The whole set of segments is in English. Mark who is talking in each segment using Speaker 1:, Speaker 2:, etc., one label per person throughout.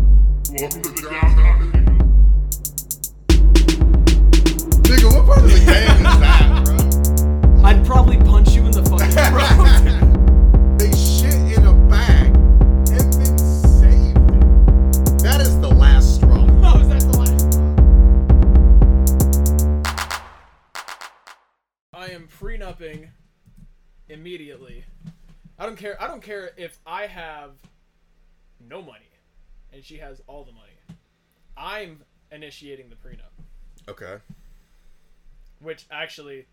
Speaker 1: Welcome to the downtown.
Speaker 2: Nigga, what part of the game is that, bro?
Speaker 3: I'd probably punch you in the fucking throat.
Speaker 2: They shit in a bag and then saved it. That is the last straw.
Speaker 3: oh, is that the last one? I am prenupping immediately. I don't care. I don't care if I have no money, and she has all the money. I'm initiating the prenup,
Speaker 2: Okay.
Speaker 3: which actually,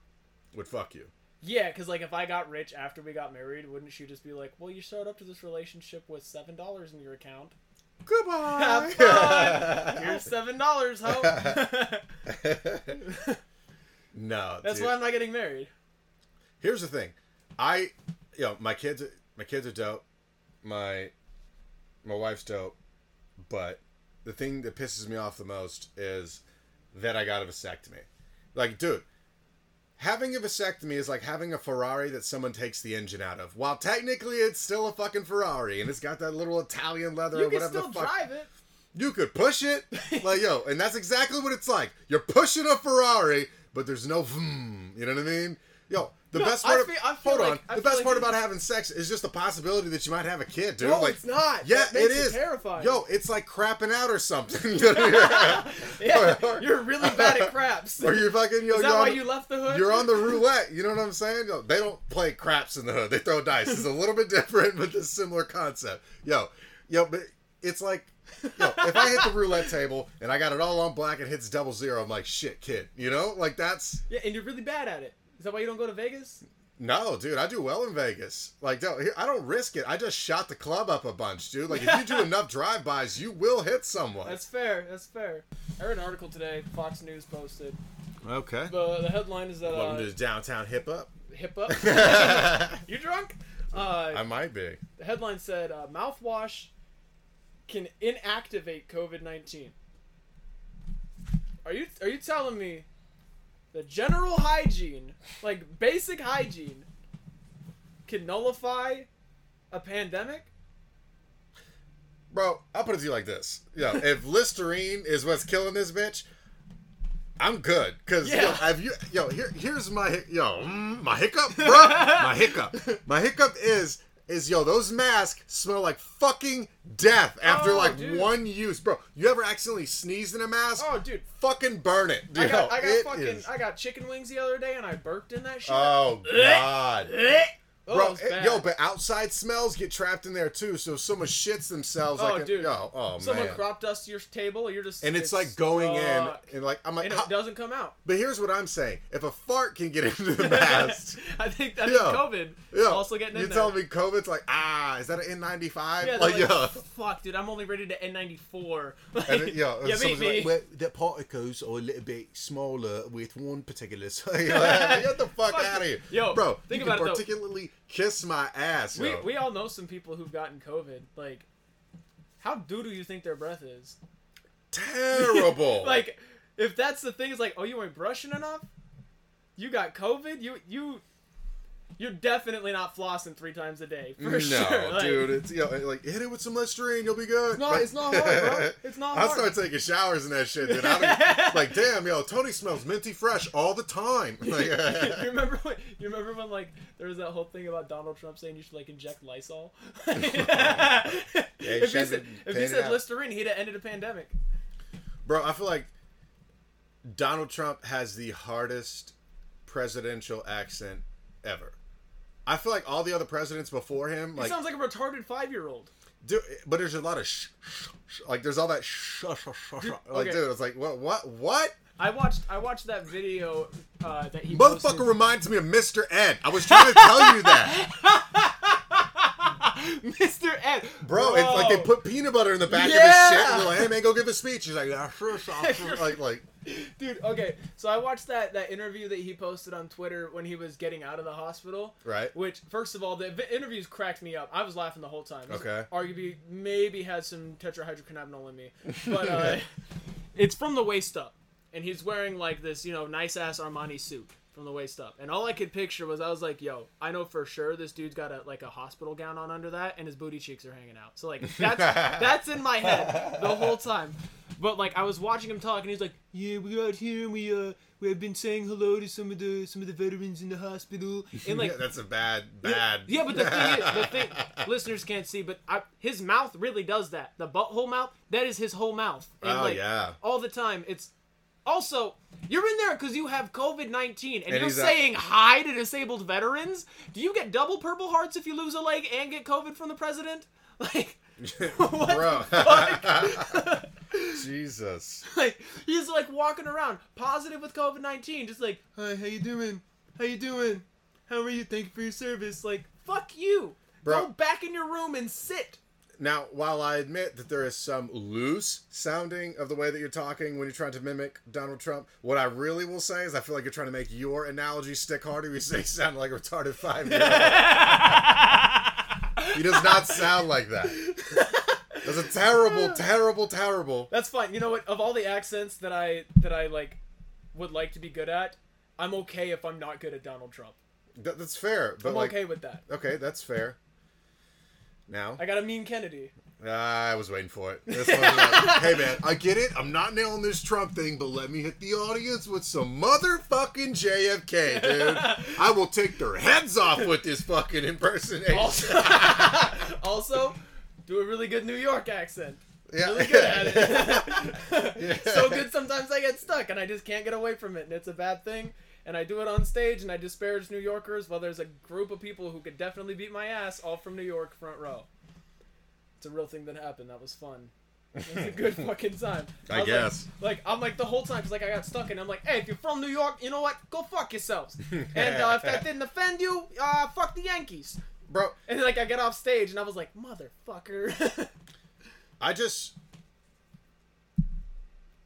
Speaker 2: Would fuck you.
Speaker 3: yeah, because like if I got rich after we got married, wouldn't she just be like, "Well, you showed up to this relationship with seven dollars in your account."
Speaker 2: Goodbye.
Speaker 3: Have fun. Here's seven dollars, ho. That's
Speaker 2: no. dude.
Speaker 3: why I'm not getting married.
Speaker 2: Here's the thing, I, you know, my kids, my kids are dope. My, my wife's dope, but the thing that pisses me off the most is that I got a vasectomy. Like, dude, having a vasectomy is like having a Ferrari that someone takes the engine out of. While technically it's still a fucking Ferrari, and it's got that little Italian leather
Speaker 3: You
Speaker 2: or
Speaker 3: can
Speaker 2: whatever
Speaker 3: still
Speaker 2: the fuck.
Speaker 3: drive it.
Speaker 2: You could push it, like yo, and that's exactly what it's like. You're pushing a Ferrari, but there's no vroom. You know what I mean? Yo, the
Speaker 3: No,
Speaker 2: best
Speaker 3: I
Speaker 2: part. of-
Speaker 3: feel- I feel
Speaker 2: hold
Speaker 3: like-
Speaker 2: on.
Speaker 3: I
Speaker 2: the
Speaker 3: feel
Speaker 2: best
Speaker 3: like
Speaker 2: part
Speaker 3: you-
Speaker 2: about having sex is just the possibility that you might have a kid, dude.
Speaker 3: No,
Speaker 2: like,
Speaker 3: it's not.
Speaker 2: Yeah,
Speaker 3: That makes
Speaker 2: it
Speaker 3: it
Speaker 2: is
Speaker 3: terrifying.
Speaker 2: Yo, it's like crapping out or something. You know what I mean?
Speaker 3: Yeah, you're really bad at craps.
Speaker 2: or you're fucking yo.
Speaker 3: Is that
Speaker 2: you're
Speaker 3: why
Speaker 2: on,
Speaker 3: you left the hood?
Speaker 2: You're on the roulette. You know what I'm saying? Yo, they don't play craps in the hood. They throw dice. It's a little bit different, but it's a similar concept. Yo, yo, but it's like, yo, if I hit the roulette table and I got it all on black and hits double zero, I'm like, shit, kid. You know, like that's
Speaker 3: Yeah, and you're really bad at it. Is that why you don't go to Vegas?
Speaker 2: no, dude. I do well in Vegas. Like, don't, here- I don't risk it. I just shot the club up a bunch, dude. Like, if you do enough drive bys, you will hit someone.
Speaker 3: That's fair. That's fair. I read an article today. Fox News posted.
Speaker 2: okay.
Speaker 3: The, the headline is that
Speaker 2: Welcome
Speaker 3: uh,
Speaker 2: to the downtown hip up.
Speaker 3: hip up. you drunk? Uh,
Speaker 2: I might be.
Speaker 3: the headline said uh, mouthwash can inactivate COVID nineteen. Are you are you telling me the general hygiene, like basic hygiene, can nullify a pandemic?
Speaker 2: Bro, I'll put it to you like this. Yo, if Listerine is what's killing this bitch, I'm good. Cause yo,
Speaker 3: Yeah.
Speaker 2: have you yo, here here's my hic- yo, mm, my hiccup, bro. my hiccup. My hiccup is is yo, those masks smell like fucking death after
Speaker 3: Oh,
Speaker 2: like
Speaker 3: dude.
Speaker 2: one use. Bro, you ever accidentally sneezed in a mask?
Speaker 3: Oh, dude.
Speaker 2: Fucking burn it.
Speaker 3: I got,
Speaker 2: Yo,
Speaker 3: I got
Speaker 2: it
Speaker 3: fucking
Speaker 2: is-
Speaker 3: I got chicken wings the other day and I burped in that shit.
Speaker 2: Oh god.
Speaker 3: oh,
Speaker 2: Bro,
Speaker 3: it's
Speaker 2: it-
Speaker 3: bad.
Speaker 2: yo, but outside smells get trapped in there too. So if someone shits themselves,
Speaker 3: Oh,
Speaker 2: like, a-
Speaker 3: dude.
Speaker 2: yo, oh
Speaker 3: someone
Speaker 2: man,
Speaker 3: crop dusts your table. You're just
Speaker 2: and it's, like going
Speaker 3: stuck.
Speaker 2: in and like I'm like,
Speaker 3: and
Speaker 2: how-
Speaker 3: it doesn't come out.
Speaker 2: but here's what I'm saying: if a fart can get into the mask,
Speaker 3: I think that's
Speaker 2: Yo.
Speaker 3: COVID.
Speaker 2: yo,
Speaker 3: also getting in
Speaker 2: you
Speaker 3: there.
Speaker 2: telling me COVID's like ah, is that an N95?
Speaker 3: Yeah, they're
Speaker 2: like,
Speaker 3: like,
Speaker 2: yo,
Speaker 3: fuck, dude, I'm only rated to N94.
Speaker 2: and it, yo, and
Speaker 3: you beat
Speaker 2: someone's
Speaker 3: me.
Speaker 2: like, well, the particles are a little bit smaller with one particular. side." Like, get the fuck,
Speaker 3: Fuck.
Speaker 2: out of here,
Speaker 3: Yo,
Speaker 2: bro.
Speaker 3: think
Speaker 2: you
Speaker 3: about it,
Speaker 2: can
Speaker 3: though.
Speaker 2: particularly kiss my ass.
Speaker 3: we,
Speaker 2: yo.
Speaker 3: we all know some people who've gotten COVID. Like, how doo do you think their breath is?
Speaker 2: terrible.
Speaker 3: Like, if that's the thing, it's like, oh, you weren't brushing enough. You got COVID. You you. You're definitely not flossing three times a day for
Speaker 2: no,
Speaker 3: sure. Like,
Speaker 2: dude, it's you know, like hit it with some Listerine, you'll be good.
Speaker 3: It's not,
Speaker 2: Like-
Speaker 3: it's not hard, bro. It's not
Speaker 2: I
Speaker 3: hard.
Speaker 2: start taking showers and that shit, dude. I don't, like, damn, yo, Tony smells minty fresh all the time. Like,
Speaker 3: you remember when, you remember when like there was that whole thing about Donald Trump saying you should like inject Lysol?
Speaker 2: he
Speaker 3: if he
Speaker 2: said
Speaker 3: said,
Speaker 2: that-
Speaker 3: if
Speaker 2: pan
Speaker 3: he
Speaker 2: it
Speaker 3: said
Speaker 2: out.
Speaker 3: Listerine, he'd have ended a pandemic.
Speaker 2: bro, I feel like Donald Trump has the hardest presidential accent ever. I feel like all the other presidents before him,
Speaker 3: He
Speaker 2: like,
Speaker 3: sounds like a retarded five year old.
Speaker 2: dude, but there's a lot of sh, sh, sh like, there's all that sh, sh, sh, sh, like,
Speaker 3: okay.
Speaker 2: dude, it's like, what, what, what?
Speaker 3: I watched I watched that video uh, that he posted.
Speaker 2: Motherfucker reminds me of Mr. Ed. I was trying to tell you that,
Speaker 3: Mr. Ed,
Speaker 2: bro. It's like they put peanut butter in the back
Speaker 3: Yeah.
Speaker 2: of his shit. And they're like, hey man, go give a speech. He's like, "Ah, sure, sure, sure." like, like,
Speaker 3: dude. Okay, so I watched that that interview that he posted on Twitter when he was getting out of the hospital.
Speaker 2: Right.
Speaker 3: Which, first of all, the vi- interviews cracked me up. I was laughing the whole time. This
Speaker 2: Okay.
Speaker 3: Arguably, maybe had some tetrahydrocannabinol in me, but uh, it's from the waist up, and he's wearing like this, you know, nice ass Armani suit. from the waist up. And all I could picture was I was like, "Yo, I know for sure this dude's got a like a hospital gown on under that, and his booty cheeks are hanging out." So like that's that's in my head the whole time. But like I was watching him talk, and he's like, "Yeah, we're out here, and we uh." We have been saying hello to some of the some of the veterans in the hospital, and like
Speaker 2: that's a bad, bad.
Speaker 3: yeah, but the thing is, the thing listeners can't see, but I, his mouth really does that. The butthole mouth, that is his whole mouth. And
Speaker 2: Oh,
Speaker 3: like,
Speaker 2: yeah.
Speaker 3: all the time. It's also you're in there because you have COVID nineteen, and, you're
Speaker 2: he's a-
Speaker 3: saying hi to disabled veterans. Do you get double purple hearts if you lose a leg and get COVID from the president? Like, what
Speaker 2: Bro.
Speaker 3: the fuck?
Speaker 2: Jesus.
Speaker 3: like he's like walking around positive with COVID nineteen, just like, hi, how you doing? How you doing? How are you? Thank you for your service. Like, fuck you.
Speaker 2: Bro.
Speaker 3: Go back in your room and sit.
Speaker 2: Now, while I admit that there is some loose sounding of the way that you're talking when you're trying to mimic Donald Trump, what I really will say is I feel like you're trying to make your analogy stick harder. You say you sound like a retarded five year old. He does not sound like that. That's a terrible, terrible, terrible.
Speaker 3: That's fine. You know what? Of all the accents that I that I like would like to be good at, I'm okay if I'm not good at Donald Trump.
Speaker 2: That, that's fair, but
Speaker 3: I'm
Speaker 2: like,
Speaker 3: okay with that.
Speaker 2: okay, that's fair. Now,
Speaker 3: I got a mean Kennedy.
Speaker 2: Ah, I was waiting for it. This one's like, hey man, I get it. I'm not nailing this Trump thing, but let me hit the audience with some motherfucking JFK, dude. I will take their heads off with this fucking impersonation.
Speaker 3: Also, also do a really good New York accent.
Speaker 2: yeah.
Speaker 3: Really good at it. so good sometimes I get stuck and I just can't get away from it, and it's a bad thing. And I do it on stage and I disparage New Yorkers while there's a group of people who could definitely beat my ass, all from New York, front row. It's a real thing that happened. That was fun. It was a good fucking time.
Speaker 2: I
Speaker 3: was
Speaker 2: guess.
Speaker 3: Like, like, I'm like the whole time because like I got stuck and I'm like, hey, if you're from New York, you know what? Go fuck yourselves. and uh, if that didn't offend you, uh, fuck the Yankees.
Speaker 2: Bro,
Speaker 3: And like I get off stage and I was like, motherfucker.
Speaker 2: I just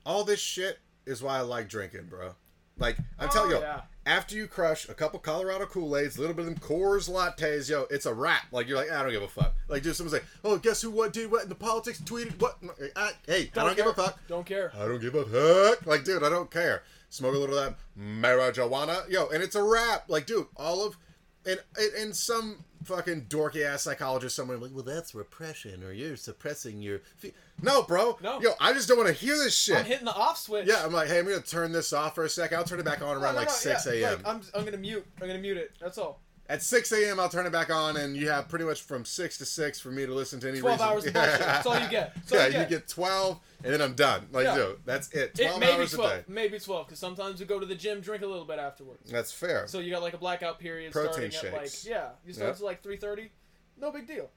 Speaker 2: all this shit is why I like drinking, bro. Like I'm telling
Speaker 3: Oh,
Speaker 2: you,
Speaker 3: yeah.
Speaker 2: after you crush a couple Colorado Kool Aids, a little bit of them Coors lattes, yo, it's a wrap. Like you're like, I don't give a fuck. Like dude, someone's like, oh, guess who, what, did what in the politics, tweeted what? I, hey, I don't give
Speaker 3: care.
Speaker 2: a fuck.
Speaker 3: Don't care.
Speaker 2: I don't give a fuck. Like, dude, I don't care. Smoke a little of that marijuana, yo, and it's a wrap. Like, dude, all of, and and, and some fucking dorky ass psychologist somewhere like, well, that's repression, or you're suppressing your. Fe-. No, bro.
Speaker 3: No.
Speaker 2: Yo, I just don't want to hear this shit.
Speaker 3: I'm hitting the off switch.
Speaker 2: yeah, I'm like, hey, I'm gonna turn this off for a sec. I'll turn it back on around
Speaker 3: No, no,
Speaker 2: like
Speaker 3: no,
Speaker 2: six
Speaker 3: yeah,
Speaker 2: a.m.
Speaker 3: like, uh I'm, I'm gonna mute. I'm gonna mute it. That's all.
Speaker 2: At six a.m., I'll turn it back on, and you have pretty much from six to six for me to listen to any.
Speaker 3: Twelve
Speaker 2: reason.
Speaker 3: hours of bullshit. That's all you get. That's all
Speaker 2: yeah,
Speaker 3: you get.
Speaker 2: twelve, and then I'm done. Like,
Speaker 3: Yeah.
Speaker 2: dude, that's it.
Speaker 3: It
Speaker 2: Twelve
Speaker 3: may be
Speaker 2: hours a day.
Speaker 3: twelve. Maybe twelve. Because sometimes you go to the gym, drink a little bit afterwards.
Speaker 2: That's fair.
Speaker 3: So you got like a blackout period
Speaker 2: Protein
Speaker 3: starting at
Speaker 2: shakes.
Speaker 3: like yeah. You start
Speaker 2: Yeah.
Speaker 3: to like three thirty. No big deal.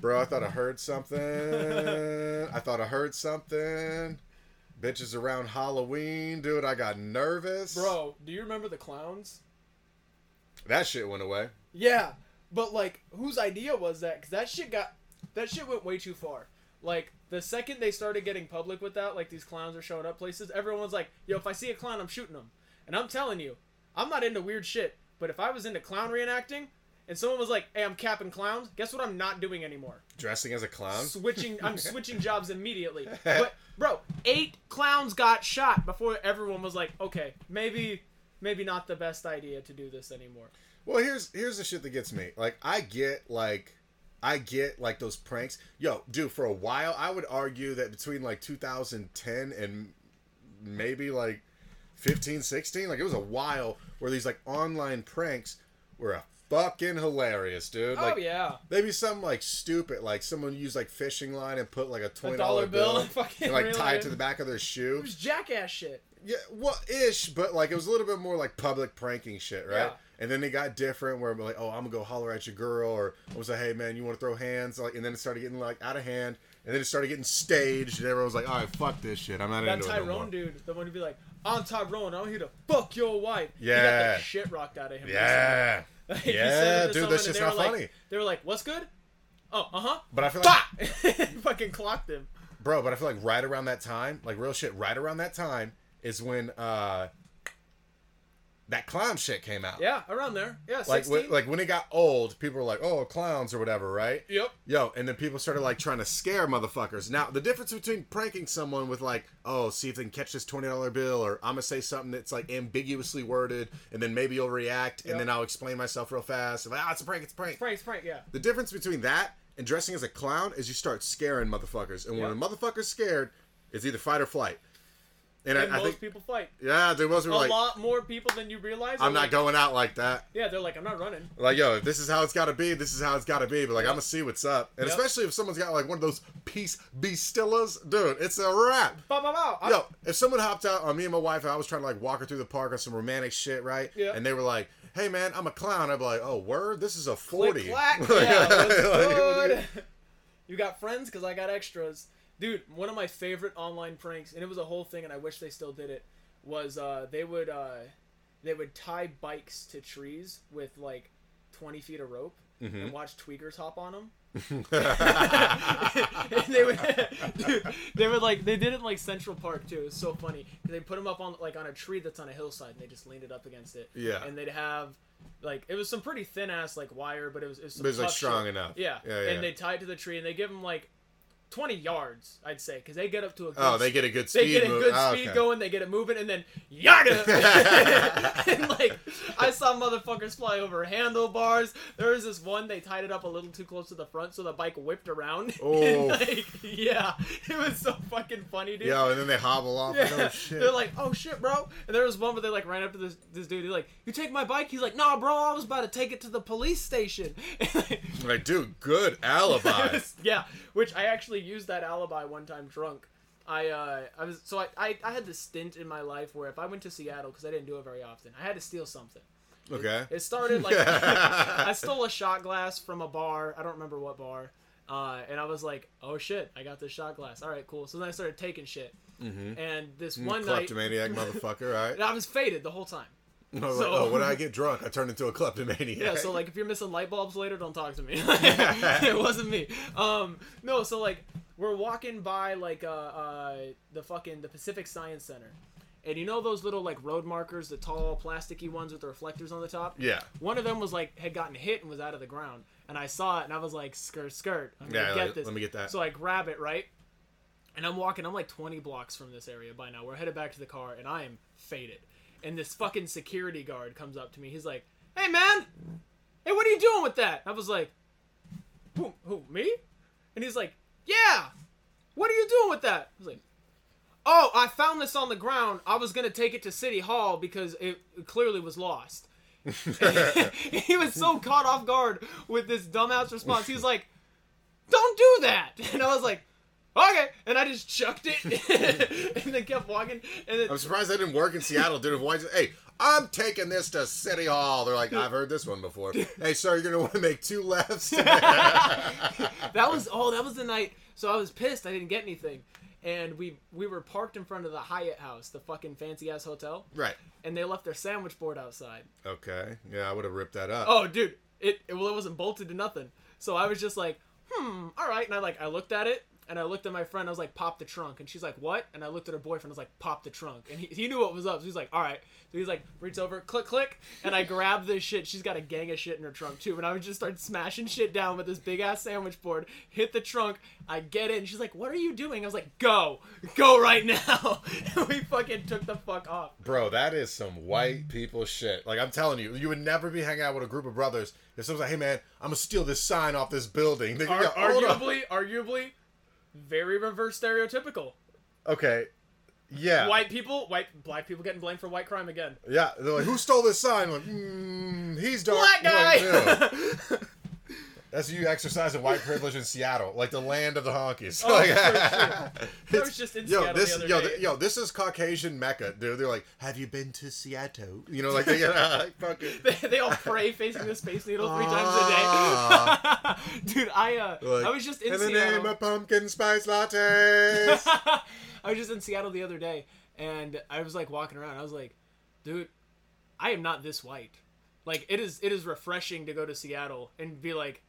Speaker 2: Bro, I thought I heard something. I thought I heard something. Bitches around Halloween, dude. I got nervous.
Speaker 3: Bro, do you remember the clowns?
Speaker 2: that shit went away.
Speaker 3: Yeah, but like, whose idea was that? Because that shit got, that shit went way too far. Like the second they started getting public with that, like these clowns are showing up places, everyone's like, "Yo, if I see a clown, I'm shooting him." And I'm telling you, I'm not into weird shit, but if I was into clown reenacting, and someone was like, "Hey, I'm capping clowns," guess what? I'm not doing anymore.
Speaker 2: Dressing as a clown.
Speaker 3: Switching, I'm switching jobs immediately. But bro, eight clowns got shot before everyone was like, "Okay, maybe, maybe not the best idea to do this anymore."
Speaker 2: Well, here's here's the shit that gets me. Like, I get like, I get like those pranks. Yo, dude, for a while, I would argue that between like 2010 and maybe like 15, 16, like it was a while where these like online pranks were a fucking hilarious, dude. Like,
Speaker 3: oh yeah.
Speaker 2: Maybe something like stupid, like someone used like fishing line and put like a twenty dollar
Speaker 3: dollar bill
Speaker 2: bill,
Speaker 3: and fucking
Speaker 2: and like
Speaker 3: reel
Speaker 2: tie
Speaker 3: it
Speaker 2: it to
Speaker 3: in.
Speaker 2: the back of their shoe.
Speaker 3: It was jackass shit.
Speaker 2: Yeah, well, ish, but like it was a little bit more like public pranking shit, right?
Speaker 3: Yeah.
Speaker 2: And then it got different where I'm like, oh, I'm gonna go holler at your girl, or I was like, hey man, you want to throw hands? Like, and then it started getting like out of hand, and then it started getting staged, and everyone was like, all right, fuck this shit, I'm not
Speaker 3: That
Speaker 2: into it no more.
Speaker 3: Tyrone dude, the one who'd be like, "I'm Tyrone. I'm here to fuck your wife." He got
Speaker 2: Yeah.
Speaker 3: the shit rocked out of him.
Speaker 2: Yeah,
Speaker 3: Like, he
Speaker 2: yeah,
Speaker 3: said it to
Speaker 2: dude,
Speaker 3: someone
Speaker 2: that's
Speaker 3: and
Speaker 2: just
Speaker 3: they were
Speaker 2: not
Speaker 3: like-
Speaker 2: funny.
Speaker 3: They were like, "What's good?" Oh, uh huh.
Speaker 2: But I feel like.
Speaker 3: Bah! Fucking clocked him.
Speaker 2: bro but i feel like right around that time like real shit right around that time is when uh that clown shit came out.
Speaker 3: Yeah, around there. Yeah,
Speaker 2: Like,
Speaker 3: sixteen.
Speaker 2: when, like when it got old, people were like, "Oh, clowns" or whatever, right?
Speaker 3: yep.
Speaker 2: Yo, and then people started like trying to scare motherfuckers. Now, the difference between pranking someone with like, "Oh, see if they can catch this twenty dollar bill," or "I'm gonna say something that's like ambiguously worded," and then maybe you'll react,
Speaker 3: Yeah.
Speaker 2: and then I'll explain myself real fast. Like, ah, it's a prank, it's a prank.
Speaker 3: Prank, prank. Yeah.
Speaker 2: The difference between that and dressing as a clown is you start scaring motherfuckers, and when
Speaker 3: Yeah.
Speaker 2: a motherfucker's scared, it's either fight or flight. And,
Speaker 3: And
Speaker 2: I, I
Speaker 3: most
Speaker 2: think,
Speaker 3: people fight.
Speaker 2: yeah, dude, most
Speaker 3: A
Speaker 2: people are like,
Speaker 3: lot more people than you realize.
Speaker 2: "I'm
Speaker 3: are
Speaker 2: not
Speaker 3: like-
Speaker 2: going out like that."
Speaker 3: Yeah, they're like, I'm not running.
Speaker 2: Like, yo, if this is how it's got to be, this is how it's got to be. But like,
Speaker 3: Yeah.
Speaker 2: I'm gonna see what's up, and
Speaker 3: Yeah.
Speaker 2: especially if someone's got like one of those peace be stillas, dude, it's a wrap.
Speaker 3: Bow, bow, bow. I'm-
Speaker 2: Yo, if someone hopped out on me and my wife, and I was trying to like walk her through the park on some romantic shit, right?
Speaker 3: Yeah.
Speaker 2: And they were like, "Hey, man, I'm a clown." I'd be like, "Oh, word, this is a 40.
Speaker 3: Click, clack.
Speaker 2: Like,
Speaker 3: Yeah,
Speaker 2: like,
Speaker 3: what's
Speaker 2: what do you-
Speaker 3: good? You got friends because I got extras. Dude, one of my favorite online pranks, and it was a whole thing, and I wish they still did it. Was uh, they would uh, they would tie bikes to trees with like twenty feet of rope and watch tweakers hop on them. and they would, dude, they would like they did it in, like Central Park too. It was so funny 'Cause they put them up on like on a tree that's on a hillside, and they just leaned it up against it.
Speaker 2: Yeah.
Speaker 3: and they'd have like it was some pretty thin ass like wire, but it was it was, some
Speaker 2: But it's like
Speaker 3: tough
Speaker 2: strong
Speaker 3: shit.
Speaker 2: enough.
Speaker 3: Yeah.
Speaker 2: Yeah, yeah.
Speaker 3: and they tie it to the tree, and they give them like twenty yards, I'd say, because they get up to a good
Speaker 2: oh, they get a good speed.
Speaker 3: they get a
Speaker 2: move.
Speaker 3: good
Speaker 2: Oh,
Speaker 3: speed
Speaker 2: okay.
Speaker 3: going, they get it moving, and then yarda. and like I saw motherfuckers fly over handlebars. There was this one they tied it up a little too close to the front, so the bike whipped around.
Speaker 2: Oh.
Speaker 3: and like, yeah, it was so fucking funny, dude.
Speaker 2: Yo, and then they hobble off.
Speaker 3: Yeah.
Speaker 2: and, oh shit.
Speaker 3: They're like, oh shit, bro. And there was one where they like ran up to this this dude. They're like, you take my bike? He's like, nah, bro. I was about to take it to the police station.
Speaker 2: like, dude, good alibi.
Speaker 3: yeah, which I actually used that alibi one time drunk. I uh, I was so I, I I had this stint in my life where if I went to Seattle because I didn't do it very often, I had to steal something.
Speaker 2: okay.
Speaker 3: It started like I stole a shot glass from a bar. I don't remember what bar. Uh, and I was like, "Oh shit! I got this shot glass. All right, cool." So then I started taking shit, mm-hmm. and this
Speaker 2: Mm,
Speaker 3: one night,
Speaker 2: Kleptomaniac motherfucker, right?
Speaker 3: and I was faded the whole time.
Speaker 2: I was
Speaker 3: So-
Speaker 2: like, oh, when I get drunk, I turn into a kleptomaniac.
Speaker 3: Yeah, so like if you're missing light bulbs later, don't talk to me. it wasn't me. Um, no, so like we're walking by like uh, uh the fucking the Pacific Science Center, and you know those little like road markers, the tall plasticky ones with the reflectors on the top.
Speaker 2: yeah,
Speaker 3: One of them was like had gotten hit and was out of the ground, and I saw it and I was like, skirt, skirt, I'm gonna
Speaker 2: Yeah,
Speaker 3: get
Speaker 2: like,
Speaker 3: this.
Speaker 2: let me get that.
Speaker 3: So I grab it right, and I'm walking. I'm like 20 blocks from this area by now. We're headed back to the car, and I am faded. And this fucking security guard comes up to me. He's like, "Hey man, hey, what are you doing with that?" I was like, "Who? Who? Me?" And he's like, "Yeah, what are you doing with that?" I was like. Oh, I found this on the ground. I was gonna take it to City Hall because it clearly was lost. he was so caught off guard with this dumbass response. He was like, "Don't do that," and I was like, "Okay," and I just chucked it, and then kept walking. And then,
Speaker 2: I'm surprised that didn't work in Seattle, dude. If White, hey, I'm taking this to City Hall. They're like, I've heard this one before. hey, sir, you're gonna want to make two lefts.
Speaker 3: that was oh that was the night so i was pissed i didn't get anything and we we were parked in front of the hyatt house the fucking fancy ass hotel
Speaker 2: right.
Speaker 3: and they left their sandwich board outside
Speaker 2: Okay. Yeah, I would have ripped that up.
Speaker 3: oh dude it, it well it wasn't bolted to nothing so i was just like hmm all right and i like i looked at it and i looked at my friend i was like pop the trunk and she's like what and i looked at her boyfriend i was like pop the trunk and he, he knew what was up so he's like all right so he's like reach over click click and i grabbed this shit she's got a gang of shit in her trunk too and i would just start smashing shit down with this big ass sandwich board hit the trunk i get it and she's like what are you doing i was like go go right now and we fucking took the fuck off
Speaker 2: Bro, that is some
Speaker 3: Mm.
Speaker 2: white people shit. Like I'm telling you, you would never be hanging out with a group of brothers if someone's like, "Hey, man, I'm gonna steal this sign off this building." They
Speaker 3: Ar-
Speaker 2: go, "Hold up."
Speaker 3: arguably, arguably, very reverse stereotypical.
Speaker 2: Okay. Yeah.
Speaker 3: White people, white black people getting blamed for white crime again.
Speaker 2: Yeah. They're like, "Who stole this sign?" like, mm, he's dark.
Speaker 3: Black
Speaker 2: We're like, "Ew."
Speaker 3: guy.
Speaker 2: That's you exercising white privilege in Seattle, like the land of the honkies.
Speaker 3: Oh,
Speaker 2: Like-
Speaker 3: for I was just in
Speaker 2: yo,
Speaker 3: Seattle
Speaker 2: this,
Speaker 3: the other
Speaker 2: yo,
Speaker 3: day.
Speaker 2: th- yo, this is Caucasian Mecca. They're, they're like, have you been to Seattle? You know, like they get like, fucking.
Speaker 3: they, they all pray facing the space needle three
Speaker 2: Ah.
Speaker 3: times a day. Dude, I uh,
Speaker 2: Like,
Speaker 3: I was just in,
Speaker 2: in the
Speaker 3: Seattle.
Speaker 2: name of pumpkin spice lattes.
Speaker 3: I was just in Seattle the other day, and I was like walking around. I was like, dude, I am not this white. Like it is, it is refreshing to go to Seattle and be like,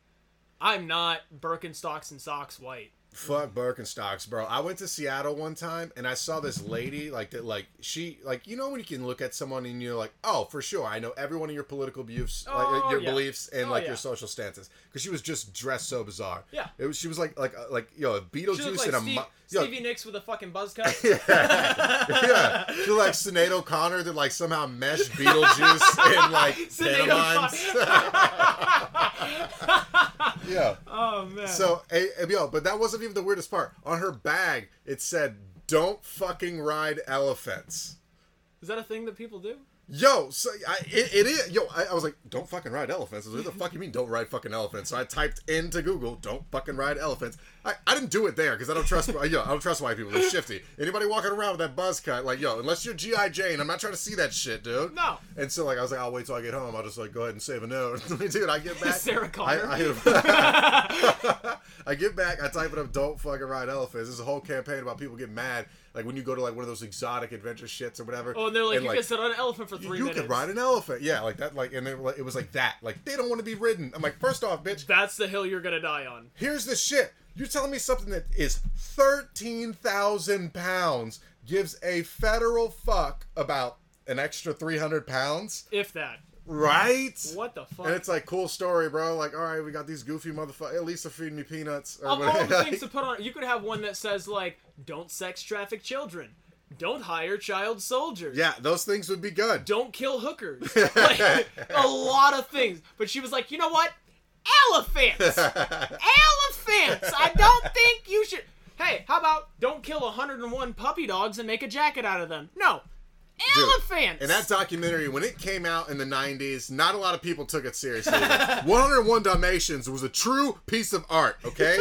Speaker 3: I'm not Birkenstocks and socks white.
Speaker 2: Fuck Birkenstocks, bro. I went to Seattle one time and I saw this lady like that, like she, like you know when you can look at someone and you're like, oh, for sure, I know every one of your political beliefs,
Speaker 3: Oh,
Speaker 2: like, your
Speaker 3: yeah.
Speaker 2: beliefs and
Speaker 3: Oh,
Speaker 2: like
Speaker 3: yeah.
Speaker 2: your social stances, because she was just dressed so bizarre.
Speaker 3: Yeah.
Speaker 2: it was. She was like, like, uh, like yo,
Speaker 3: She
Speaker 2: Beetlejuice
Speaker 3: looked like
Speaker 2: and a
Speaker 3: Steve,
Speaker 2: mu- yo,
Speaker 3: Stevie Nicks with a fucking buzz cut.
Speaker 2: yeah, yeah. She looked like Sinead O'Connor that like somehow meshed Beetlejuice and like
Speaker 3: Sinead
Speaker 2: Panaminds. yeah.
Speaker 3: Oh man.
Speaker 2: So, eh, eh, yo, but that wasn't even the weirdest part. On her bag, it said, "Don't fucking ride elephants."
Speaker 3: is that a thing that people do?
Speaker 2: Yo, so I, it, it is. Yo, I, I was like, "Don't fucking ride elephants." I was like, what the fuck you mean, don't ride fucking elephants? So I typed into Google, "Don't fucking ride elephants." I, I didn't do it there because I don't trust. yo, I don't trust white people. They're shifty. Anybody walking around with that buzz cut, like, yo, unless you're GI Jane, I'm not trying to see that shit, dude.
Speaker 3: No.
Speaker 2: And so, like, I was like, "I'll wait till I get home. I'll just like go ahead and save a note." dude, I get back.
Speaker 3: Sarah
Speaker 2: I,
Speaker 3: Connor.
Speaker 2: I, I get back. I type it up. Don't fucking ride elephants. There's a whole campaign about people get mad, like when you go to like one of those exotic adventure shits or whatever.
Speaker 3: Oh, and they're like, you
Speaker 2: like,
Speaker 3: can sit on an elephant for
Speaker 2: you-
Speaker 3: three
Speaker 2: you
Speaker 3: minutes.
Speaker 2: could ride an elephant, yeah, like that, like, and they were like, it was like that, like they don't want to be ridden. I'm like, first off, bitch,
Speaker 3: That's the hill you're gonna die on.
Speaker 2: here's the shit. You're telling me something that is thirteen thousand pounds gives a federal fuck about an extra three hundred pounds,
Speaker 3: If that.
Speaker 2: right?
Speaker 3: What the fuck?
Speaker 2: And it's like cool story, bro. Like, all right, we got these goofy motherfuckers. At least they're feeding me peanuts. Or
Speaker 3: of all
Speaker 2: whatever.
Speaker 3: the things to put on, you could have one that says like, "Don't sex traffic children," "Don't hire child soldiers,"
Speaker 2: yeah, those things would be good.
Speaker 3: "Don't kill hookers," like, a lot of things. But she was like, "You know what? Elephants, elephants. I don't think you should." Hey, how about don't kill 101 puppy dogs and make a jacket out of them? No, elephants.
Speaker 2: And that documentary, when it came out in the 90s, not a lot of people took it seriously. 101 Dalmatians was a true piece of art, okay?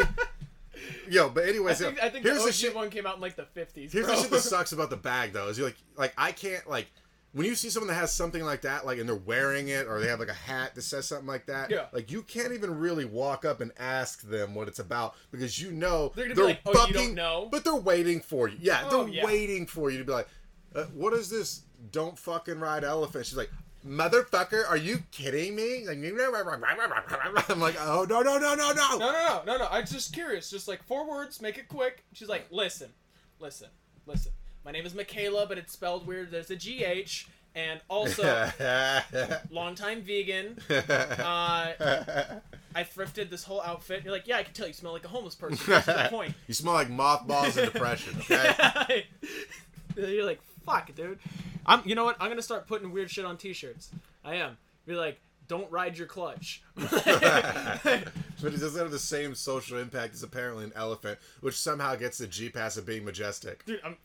Speaker 2: Yo, but anyways,
Speaker 3: I think,
Speaker 2: yo,
Speaker 3: I think
Speaker 2: here's
Speaker 3: the
Speaker 2: the
Speaker 3: OG
Speaker 2: shit.
Speaker 3: one came out in like the 50s.
Speaker 2: Here's
Speaker 3: bro.
Speaker 2: the shit that sucks about the bag though is you like like I can't like when you see someone that has something like that like and they're wearing it or they have like a hat that says something like that
Speaker 3: Yeah.
Speaker 2: like you can't even really walk up and ask them what it's about because you know
Speaker 3: They're
Speaker 2: they're,
Speaker 3: gonna be like, "Oh, you don't
Speaker 2: fucking
Speaker 3: know?"
Speaker 2: but they're waiting for you yeah
Speaker 3: Oh,
Speaker 2: they're
Speaker 3: yeah.
Speaker 2: waiting for you to be like uh, what is this don't fucking ride elephant she's like motherfucker are you kidding me like I'm like oh no no no no no
Speaker 3: No, no, no, no, no. I'm just curious. Just like four words, make it quick. She's like, listen, listen, listen. My name is Michaela, but it's spelled weird. There's a GH. And also, longtime vegan. Uh, I thrifted this whole outfit. You're like, yeah, I can tell you smell like a homeless person. That's the point.
Speaker 2: you smell like mothballs and depression okay
Speaker 3: You're like, fuck, dude. I'm. You know what? I'm gonna start putting weird shit on T-shirts. I am. Be like, don't ride your clutch.
Speaker 2: But it doesn't have the same social impact as apparently an elephant, which somehow gets the G pass of being majestic.
Speaker 3: dude, I'm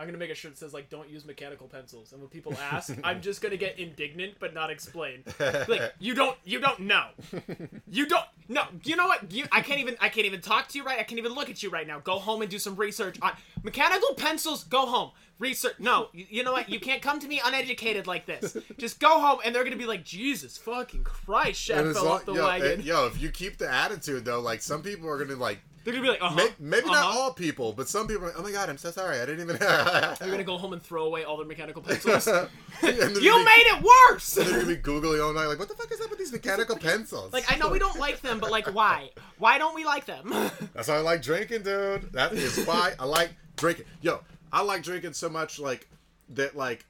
Speaker 3: I'm gonna make a shirt that says like don't use mechanical pencils. And when people ask, I'm just gonna get indignant but not explain. Like you don't you don't know. You don't no. You know what? You I can't even I can't even talk to you right. I can't even look at you right now. Go home and do some research on mechanical pencils. Go home. Research. No, you, you know what? You can't come to me uneducated like this. Just go home, and they're gonna be like, Jesus fucking Christ, chef
Speaker 2: And
Speaker 3: fell
Speaker 2: lo-
Speaker 3: off the
Speaker 2: yo,
Speaker 3: wagon.
Speaker 2: and- yo, if you keep the attitude though, like some people are gonna like
Speaker 3: they're gonna be like, uh-huh,
Speaker 2: may- maybe not
Speaker 3: uh-huh.
Speaker 2: all people, but some people. Are, oh my god, I'm so sorry, I didn't even.
Speaker 3: They're gonna go home and throw away all their mechanical pencils.
Speaker 2: you
Speaker 3: you made it worse.
Speaker 2: They're gonna be googly all night, like what the fuck is up with these mechanical pencils?
Speaker 3: Like I know we don't like them, but like why? Why don't we like them?
Speaker 2: That's why I like drinking, dude. That is why I like drinking. Yo, I like drinking so much, like that, like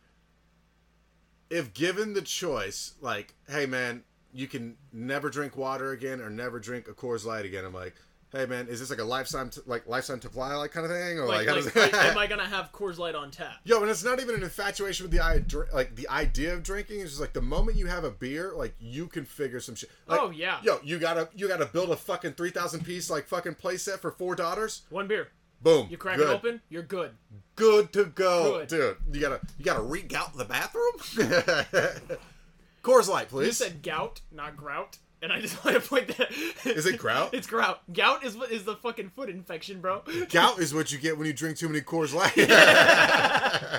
Speaker 2: if given the choice, like, hey man, you can never drink water again or never drink a Coors Light again. I'm like, hey man, is this like a lifetime, t- like lifetime supply, like kind of thing, or like,
Speaker 3: like,
Speaker 2: how
Speaker 3: like,
Speaker 2: does-
Speaker 3: like, am I gonna have Coors Light on tap?
Speaker 2: Yo, and it's not even an infatuation with the idea, like the idea of drinking. It's just like the moment you have a beer, like you can figure some shit. Like,
Speaker 3: Oh, yeah.
Speaker 2: Yo, you gotta you gotta build a fucking three thousand piece like fucking play set for four daughters.
Speaker 3: One beer.
Speaker 2: Boom.
Speaker 3: You crack
Speaker 2: good.
Speaker 3: it open, you're good.
Speaker 2: Good to go,
Speaker 3: Good.
Speaker 2: dude. You gotta you gotta rig out the bathroom. Coors Light,
Speaker 3: You
Speaker 2: please.
Speaker 3: said gout, not grout, and I just want to point that.
Speaker 2: Is it grout?
Speaker 3: it's grout. Gout is what is the fucking foot infection, bro.
Speaker 2: Gout is what you get when you drink too many Coors Light.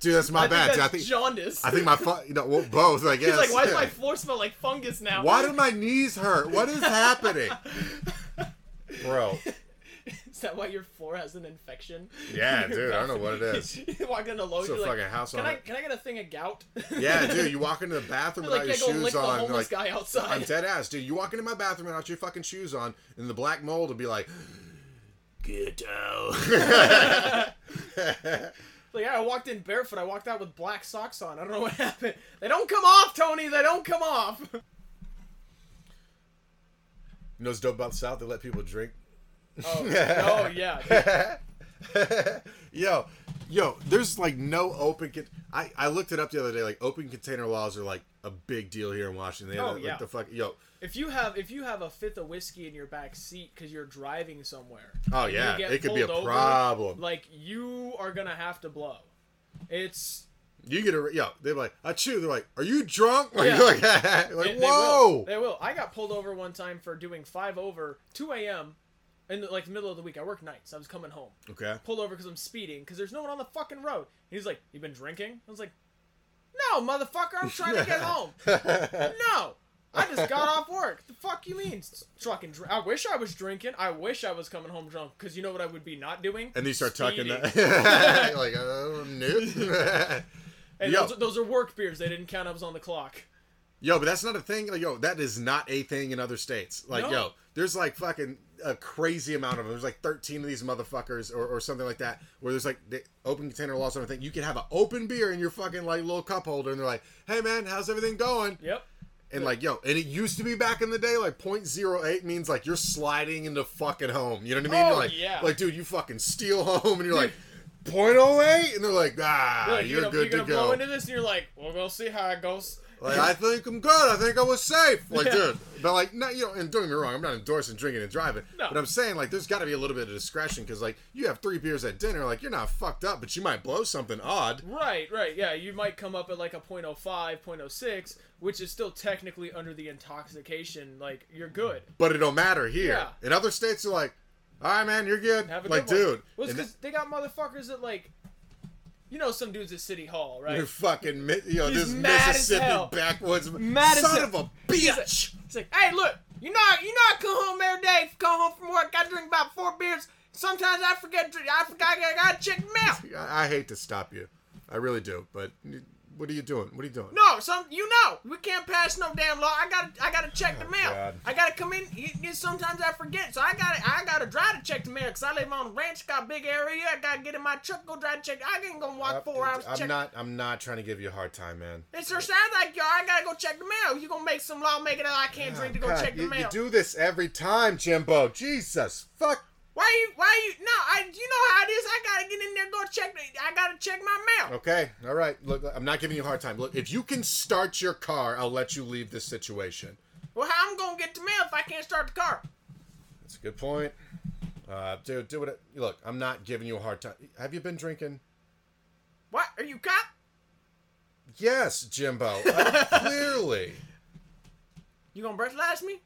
Speaker 2: dude, that's my bad.
Speaker 3: That's
Speaker 2: dude. I think
Speaker 3: jaundice.
Speaker 2: I think my fu- you know well, both. I
Speaker 3: He's
Speaker 2: guess.
Speaker 3: like, why does my floor smell like fungus now?
Speaker 2: Why do my knees hurt? What is happening, bro?
Speaker 3: is that why your floor has an infection?
Speaker 2: Yeah, dude. I don't know what it is.
Speaker 3: you walk into Lowe's,
Speaker 2: It's a
Speaker 3: you're like,
Speaker 2: fucking house
Speaker 3: can
Speaker 2: on
Speaker 3: I
Speaker 2: it."
Speaker 3: can I get a thing of gout?
Speaker 2: Yeah, dude. You walk into the bathroom
Speaker 3: You're like,
Speaker 2: without
Speaker 3: yeah, go
Speaker 2: your
Speaker 3: lick
Speaker 2: shoes
Speaker 3: the
Speaker 2: on. Like,
Speaker 3: homeless guy outside.
Speaker 2: I'm dead ass, dude. You walk into my bathroom without your fucking shoes on, and the black mold will be like,
Speaker 3: like
Speaker 2: Keto.
Speaker 3: yeah, I walked in barefoot. I walked out with black socks on. I don't know what happened. They don't come off, Tony. They don't come off.
Speaker 2: You know what's dope about the South? They let people drink.
Speaker 3: Oh, oh yeah.
Speaker 2: yo, yo, there's like no open. Con- I I looked it up the other day. Like open container laws are like a big deal here in Washington. They
Speaker 3: Oh,
Speaker 2: oh, like
Speaker 3: yeah.
Speaker 2: the fuck, yo.
Speaker 3: If you have if you have a fifth of whiskey in your back seat because you're driving somewhere,
Speaker 2: Oh
Speaker 3: and
Speaker 2: yeah,
Speaker 3: you get
Speaker 2: it could be a
Speaker 3: pulled over,
Speaker 2: problem.
Speaker 3: Like you are gonna have to blow. It's
Speaker 2: you get a yo. They're like, I chew. They're like, are you drunk? Like,
Speaker 3: Yeah.
Speaker 2: like, like, whoa.
Speaker 3: they- They will. they will. I got pulled over one time for doing five over, two a.m. in the, like the middle of the week. I work nights. I was coming home.
Speaker 2: okay.
Speaker 3: Pulled over because I'm speeding because there's no one on the fucking road. He's like, "You been drinking?" I was like, "No, motherfucker. I'm trying to get home." No, I just got off work. The fuck you mean? S- Fucking. Dr- I wish I was drinking. I wish I was coming home drunk. Cause you know what I would be not doing.
Speaker 2: and you start tucking
Speaker 3: Speeding.
Speaker 2: that. like, uh, nope.
Speaker 3: Hey,
Speaker 2: Yo.
Speaker 3: those, those are work beers. They didn't count. I was on the clock.
Speaker 2: Yo, but that's not a thing. Like, yo, that is not a thing in other states. Like,
Speaker 3: No.
Speaker 2: yo, there's like fucking a crazy amount of them. There's like 13 of these motherfuckers or, or something like that, where there's like the open container laws and everything. You can have an open beer in your fucking like little cup holder, and they're like, hey man, how's everything going?
Speaker 3: Yep.
Speaker 2: And like, yo, and it used to be back in the day, like 0.08 means like you're sliding into fucking home. You know what I mean?
Speaker 3: Oh,
Speaker 2: like,
Speaker 3: yeah.
Speaker 2: like, dude, you fucking steal home, and you're like, 0.08? And they're like, ah,
Speaker 3: You're, like,
Speaker 2: you're,
Speaker 3: gonna,
Speaker 2: good
Speaker 3: you're gonna
Speaker 2: to go.
Speaker 3: blow into this, and you're like, "We'll go see how it goes."
Speaker 2: Like I think I'm good. I think I was safe. Like
Speaker 3: Yeah.
Speaker 2: dude, but like not you know. And don't get me wrong, I'm not endorsing drinking and driving.
Speaker 3: No.
Speaker 2: But I'm saying like there's got to be a little bit of discretion because like you have three beers at dinner, like you're not fucked up, but you might blow something odd.
Speaker 3: Right, right, yeah. You might come up at like a 0.05, 0.06, which is still technically under the intoxication. Like you're good.
Speaker 2: But it don't matter here.
Speaker 3: Yeah.
Speaker 2: In other states, are like, all right, man, you're good.
Speaker 3: Have a
Speaker 2: like
Speaker 3: good one.
Speaker 2: dude,
Speaker 3: Well, it's
Speaker 2: and
Speaker 3: because they got motherfuckers that like, you know, some dudes at City Hall,
Speaker 2: th-
Speaker 3: right?
Speaker 2: you're fucking mi- you know
Speaker 3: He's
Speaker 2: this
Speaker 3: mad as
Speaker 2: Mississippi
Speaker 3: hell.
Speaker 2: backwoods
Speaker 3: Mad as
Speaker 2: son
Speaker 3: hell.
Speaker 2: of a
Speaker 3: He's like-
Speaker 2: bitch.
Speaker 3: It's like, hey, look, you know, I- you know, I come home every day, come home from work, I drink about four beers. Sometimes I forget, to, I forgot, I gotta check them out.
Speaker 2: I-, I hate to stop you, I really do. But what are you doing? What are you doing?
Speaker 3: No, some you know we can't pass no damn law. I gotta I gotta check the mail.
Speaker 2: Oh, God.
Speaker 3: I gotta come in. You, you- sometimes I forget, so I gotta I gotta drive to check the mail because I live on a ranch, got a big area. I gotta get in my truck, go drive to check. I ain't gonna walk
Speaker 2: I-
Speaker 3: four hours. to
Speaker 2: Uh, I'm
Speaker 3: check.
Speaker 2: not. I'm not trying to give you a hard time, man.
Speaker 3: It sure sounds like y'all. I gotta go check the mail. You gonna make some law, make it that I can't drink to go
Speaker 2: Oh, God,
Speaker 3: check the
Speaker 2: you,
Speaker 3: mail.
Speaker 2: you do this every time, Jimbo. Jesus, fuck.
Speaker 3: Why you? Why you? No, I. You know how it is. I gotta get in there, go check. the- I gotta check my mail.
Speaker 2: Okay, all right. Look, I'm not giving you a hard time. Look, if you can start your car, I'll let you leave this situation.
Speaker 3: Well, how I'm gonna get the mail if I can't start the car?
Speaker 2: That's a good point. Uh, dude, do it. Look, I'm not giving you a hard time. Have you been drinking?
Speaker 3: What? Are you cop?
Speaker 2: Yes, Jimbo. Uh, clearly.
Speaker 3: You gonna breathalyze me?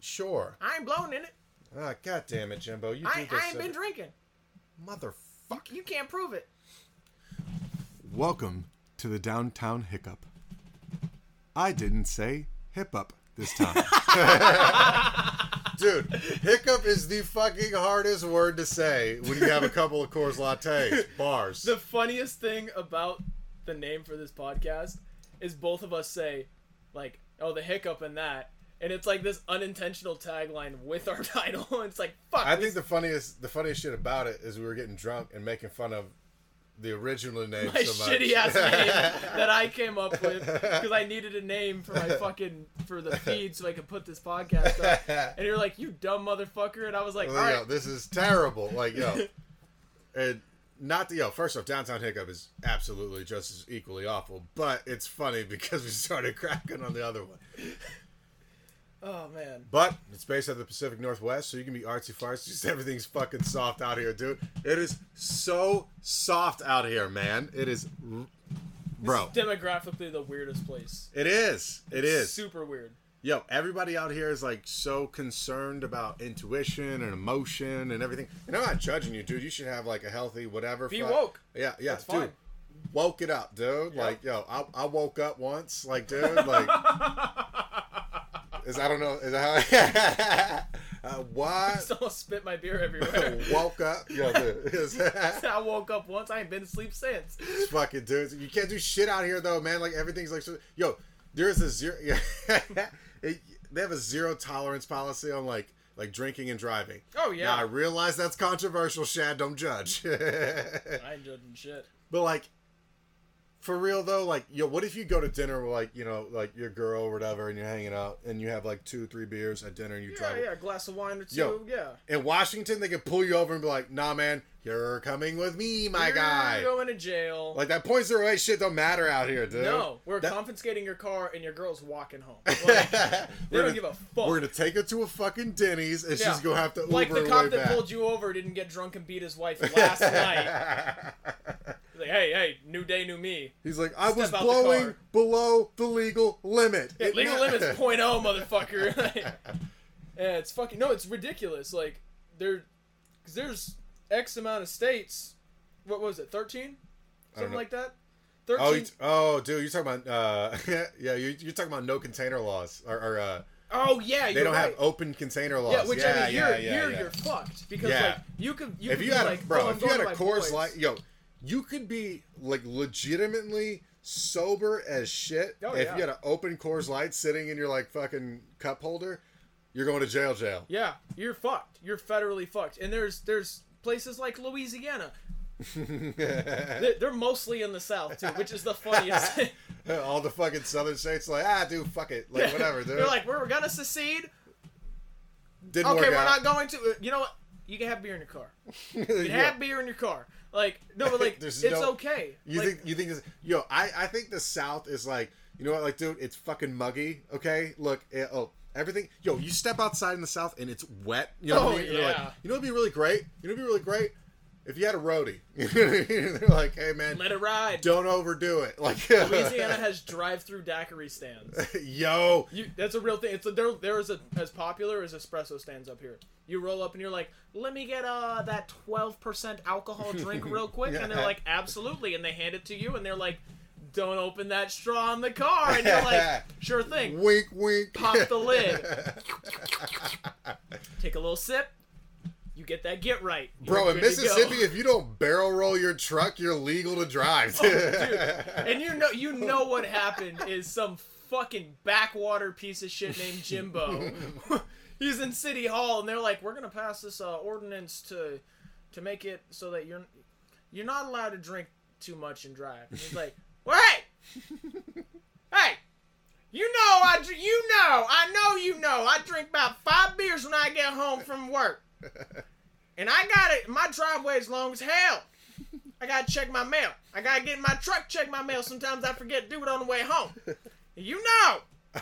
Speaker 2: Sure.
Speaker 3: I ain't blowing in it.
Speaker 2: Ah, God damn it, Jimbo. You do
Speaker 3: I,
Speaker 2: this.
Speaker 3: I ain't
Speaker 2: every-
Speaker 3: been drinking.
Speaker 2: Motherfucker.
Speaker 3: You can't prove it.
Speaker 2: Welcome to the downtown hiccup. I didn't say hip up this time. Dude, hiccup is the fucking hardest word to say when you have a couple of Coors lattes, bars.
Speaker 3: The funniest thing about the name for this podcast is both of us say, like, oh, the hiccup and that. And it's like this unintentional tagline with our title. it's like, fuck.
Speaker 2: I
Speaker 3: we-
Speaker 2: think the funniest the funniest shit about it is we were getting drunk and making fun of the original name
Speaker 3: my
Speaker 2: so much.
Speaker 3: shitty ass name that I came up with because I needed a name for my fucking for the feed so I could put this podcast up. And you're like, you dumb motherfucker, and I was like, all
Speaker 2: Like, yo,
Speaker 3: right,
Speaker 2: this is terrible. Like, yo, and not the yo. First off, downtown hiccup is absolutely just as equally awful, but it's funny because we started cracking on the other one.
Speaker 3: oh man,
Speaker 2: But it's based out of the Pacific Northwest, so you can be artsy fartsy. Just everything's fucking soft out here, dude. It is so soft out here, man. It is, r- bro.
Speaker 3: demographically the weirdest place.
Speaker 2: It is. It is.
Speaker 3: super weird.
Speaker 2: yo, everybody out here is like so concerned about intuition and emotion and everything. And I'm not judging you, dude. You should have like a healthy whatever.
Speaker 3: Be
Speaker 2: fuck-
Speaker 3: woke.
Speaker 2: Yeah, yeah,
Speaker 3: That's
Speaker 2: dude.
Speaker 3: fine.
Speaker 2: Woke it up, dude.
Speaker 3: Yeah.
Speaker 2: Like, yo, I, I woke up once, like, dude, like, is I don't know, is that how? uh, why?
Speaker 3: Someone spit my beer everywhere.
Speaker 2: woke up, yo, dude. It's-
Speaker 3: I woke up once. I ain't been asleep since.
Speaker 2: fucking dudes. You can't do shit out here though, man. Like everything's like, so- yo, there is a zero. they have a zero tolerance policy on like like drinking and driving.
Speaker 3: Oh
Speaker 2: Yeah, I
Speaker 3: yeah,
Speaker 2: realize that's controversial, Shad. Don't judge.
Speaker 3: I ain't judging shit.
Speaker 2: But like, for real though, like, yo, what if you go to dinner with like, you know, like your girl or whatever, and you're hanging out, and you have like two, three beers at dinner, and you
Speaker 3: Yeah,
Speaker 2: drive.
Speaker 3: yeah, a glass of wine or two.
Speaker 2: Yo,
Speaker 3: yeah,
Speaker 2: In Washington, they could pull you over and be like, "Nah, man, you're coming with me, my
Speaker 3: You're
Speaker 2: guy."
Speaker 3: going to jail.
Speaker 2: Like that point zero eight shit don't matter out here, dude.
Speaker 3: no, we're
Speaker 2: That-
Speaker 3: confiscating your car and your girl's walking home. Like, they
Speaker 2: we're,
Speaker 3: don't
Speaker 2: gonna,
Speaker 3: give a fuck.
Speaker 2: we're gonna take her to a fucking Denny's, and
Speaker 3: Yeah.
Speaker 2: she's gonna have to Uber
Speaker 3: like the
Speaker 2: her way
Speaker 3: cop that
Speaker 2: back.
Speaker 3: pulled you over didn't get drunk and beat his wife last night. He's like, hey, hey, new day, new me.
Speaker 2: He's like, I was
Speaker 3: out the
Speaker 2: blowing
Speaker 3: car."
Speaker 2: below the legal limit.
Speaker 3: Yeah,
Speaker 2: It
Speaker 3: legal
Speaker 2: ma-
Speaker 3: limit's point oh, motherfucker. yeah, it's fucking no, it's ridiculous. Like there, cause there's X amount of states. What was it? Thirteen,
Speaker 2: I don't
Speaker 3: something
Speaker 2: know.
Speaker 3: like that. Thirteen.
Speaker 2: Oh, you t- oh, dude, you're talking about uh, yeah, you you're talking about no container laws or, or uh,
Speaker 3: oh yeah,
Speaker 2: they
Speaker 3: you're
Speaker 2: don't
Speaker 3: right.
Speaker 2: have open container laws.
Speaker 3: Yeah, which
Speaker 2: yeah,
Speaker 3: I mean,
Speaker 2: yeah,
Speaker 3: you're
Speaker 2: yeah,
Speaker 3: you're,
Speaker 2: yeah.
Speaker 3: you're fucked because
Speaker 2: Yeah.
Speaker 3: like you could you
Speaker 2: if
Speaker 3: could
Speaker 2: you
Speaker 3: be
Speaker 2: had
Speaker 3: like,
Speaker 2: a
Speaker 3: oh,
Speaker 2: bro,
Speaker 3: I'm
Speaker 2: if you
Speaker 3: going
Speaker 2: had
Speaker 3: to
Speaker 2: a
Speaker 3: my
Speaker 2: Coors
Speaker 3: boys.
Speaker 2: Light, yo, you could be like legitimately sober as shit
Speaker 3: Oh,
Speaker 2: if
Speaker 3: yeah.
Speaker 2: you had an open Coors Light sitting in your like fucking cup holder. You're going to jail, jail.
Speaker 3: Yeah, you're fucked. You're federally fucked. And there's there's places like Louisiana. They're, they're mostly in the South too, which is the funniest. thing.
Speaker 2: All the fucking southern states, like ah, dude, fuck it, like whatever, dude.
Speaker 3: They're like, we're gonna secede.
Speaker 2: Didn't
Speaker 3: Okay,
Speaker 2: work
Speaker 3: we're
Speaker 2: out.
Speaker 3: not going to. uh, You know what? You can have beer in your car. You can
Speaker 2: Yeah.
Speaker 3: have beer in your car. Like no, but like
Speaker 2: There's
Speaker 3: it's
Speaker 2: no-
Speaker 3: okay.
Speaker 2: You
Speaker 3: Like,
Speaker 2: think you think this, yo? I I think the South is like you know what, like dude, it's fucking muggy. Okay, look, eh, oh everything, yo, you step outside in the South and it's wet. You know what I
Speaker 3: Oh,
Speaker 2: mean? You're like,
Speaker 3: yeah.
Speaker 2: you know, it'd be really great. You know, it'd be really great if you had a roadie. They're like, hey man,
Speaker 3: let it ride.
Speaker 2: don't overdo it. Like
Speaker 3: Louisiana has drive-through daiquiri stands.
Speaker 2: yo,
Speaker 3: You, that's a real thing. It's a, there. There is a, as popular as espresso stands up here. You roll up and you're like, "Let me get uh that twelve percent alcohol drink real quick," and they're like, "Absolutely," and they hand it to you, and they're like, "Don't open that straw in the car," and you're like, "Sure thing."
Speaker 2: wink, wink.
Speaker 3: Pop the lid. Take a little sip. You get that get right, You're
Speaker 2: Bro, in
Speaker 3: good to go.
Speaker 2: Mississippi, if you don't barrel roll your truck, you're legal to drive.
Speaker 3: and you know you know what happened is some fucking backwater piece of shit named Jimbo. He's in City Hall, and they're like, "We're gonna pass this uh, ordinance to to make it so that you're you're not allowed to drink too much and drive." And he's like, "Well, hey, hey." You know I dr- you know I know you know I drink about five beers when I get home from work, and I got it. My driveway's long as hell. I gotta check my mail. I gotta get in my truck, check my mail. Sometimes I forget to do it on the way home. You know,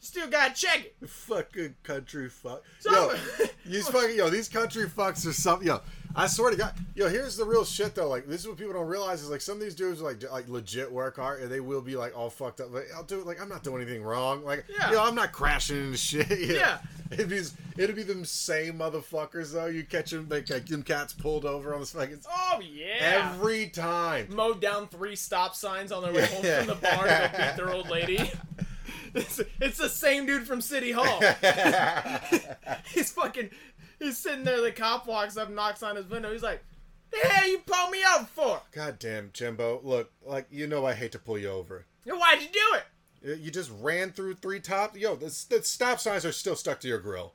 Speaker 3: still gotta check it.
Speaker 2: fucking country fuck.
Speaker 3: So-
Speaker 2: yo, these fucking yo, these country fucks are something. Yo, I swear to God, yo, here's the real shit though. Like this is what people don't realize is like some of these dudes are like d- like legit work hard and they will be like all fucked up. Like I'll do it. Like I'm not doing anything wrong. Like
Speaker 3: Yeah.
Speaker 2: yo, I'm not crashing into shit. you know.
Speaker 3: Yeah.
Speaker 2: It'd be, it'd be them same motherfuckers though. You catch them like, like them cats pulled over on this fucking
Speaker 3: Oh yeah.
Speaker 2: every time.
Speaker 3: Mowed down three stop signs on their way home
Speaker 2: Yeah.
Speaker 3: from the bar to go beat their old lady. It's, it's the same dude from City Hall. he's fucking, he's sitting there. The cop walks up, knocks on his window. He's like, "The hell you pulled me over for?
Speaker 2: God damn, Jimbo. Look, like you know, I hate to pull you over.
Speaker 3: Why'd you do it?"
Speaker 2: Uh, You just ran through three top. Yo, the, the stop signs are still stuck to your grill.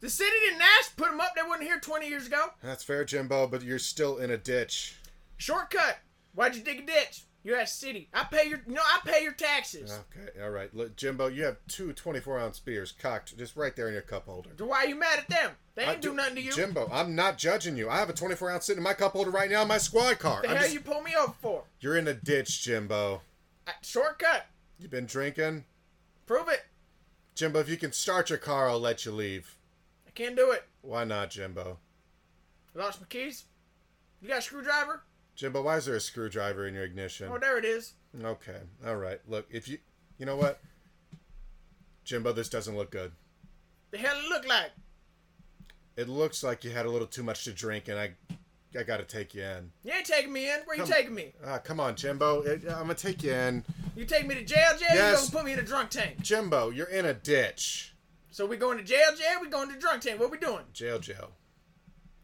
Speaker 3: The city didn't ask. Put them up. They weren't here 20 years ago.
Speaker 2: That's fair, Jimbo, but you're still in a ditch.
Speaker 3: Shortcut. Why'd you dig a ditch? You're at city. I pay your no. I pay your taxes.
Speaker 2: Okay, all right. Look, Jimbo, you have two 24 ounce beers cocked just right there in your cup holder.
Speaker 3: So Why are you mad at them? They
Speaker 2: I
Speaker 3: ain't do, nothing to you.
Speaker 2: Jimbo, I'm not judging you. I have a 24 ounce sitting in my cup holder right now in my squad car.
Speaker 3: the
Speaker 2: I'm
Speaker 3: hell
Speaker 2: just-
Speaker 3: you pull me over for?
Speaker 2: You're in a ditch, Jimbo.
Speaker 3: I, shortcut.
Speaker 2: You've been drinking?
Speaker 3: Prove it.
Speaker 2: Jimbo, if you can start your car, I'll let you leave.
Speaker 3: I can't do it.
Speaker 2: Why not, Jimbo?
Speaker 3: I lost my keys. You got a screwdriver?
Speaker 2: Jimbo, why is there a screwdriver in your ignition?
Speaker 3: Oh, there it is.
Speaker 2: Okay, all right. Look, if you. You know what? Jimbo, this doesn't look good.
Speaker 3: The hell it look like?
Speaker 2: It looks like you had a little too much to drink, and I, I gotta take you in.
Speaker 3: You ain't taking me in. Where you
Speaker 2: Come-
Speaker 3: taking me?
Speaker 2: Ah, come on, Jimbo. It- I'm gonna take you in.
Speaker 3: You take me to jail, jail. You
Speaker 2: Yes.
Speaker 3: gonna put me in a drunk tank?
Speaker 2: Jimbo, you're in a ditch.
Speaker 3: So we going to jail, jail. We going to drunk tank. What we doing?
Speaker 2: Jail, jail.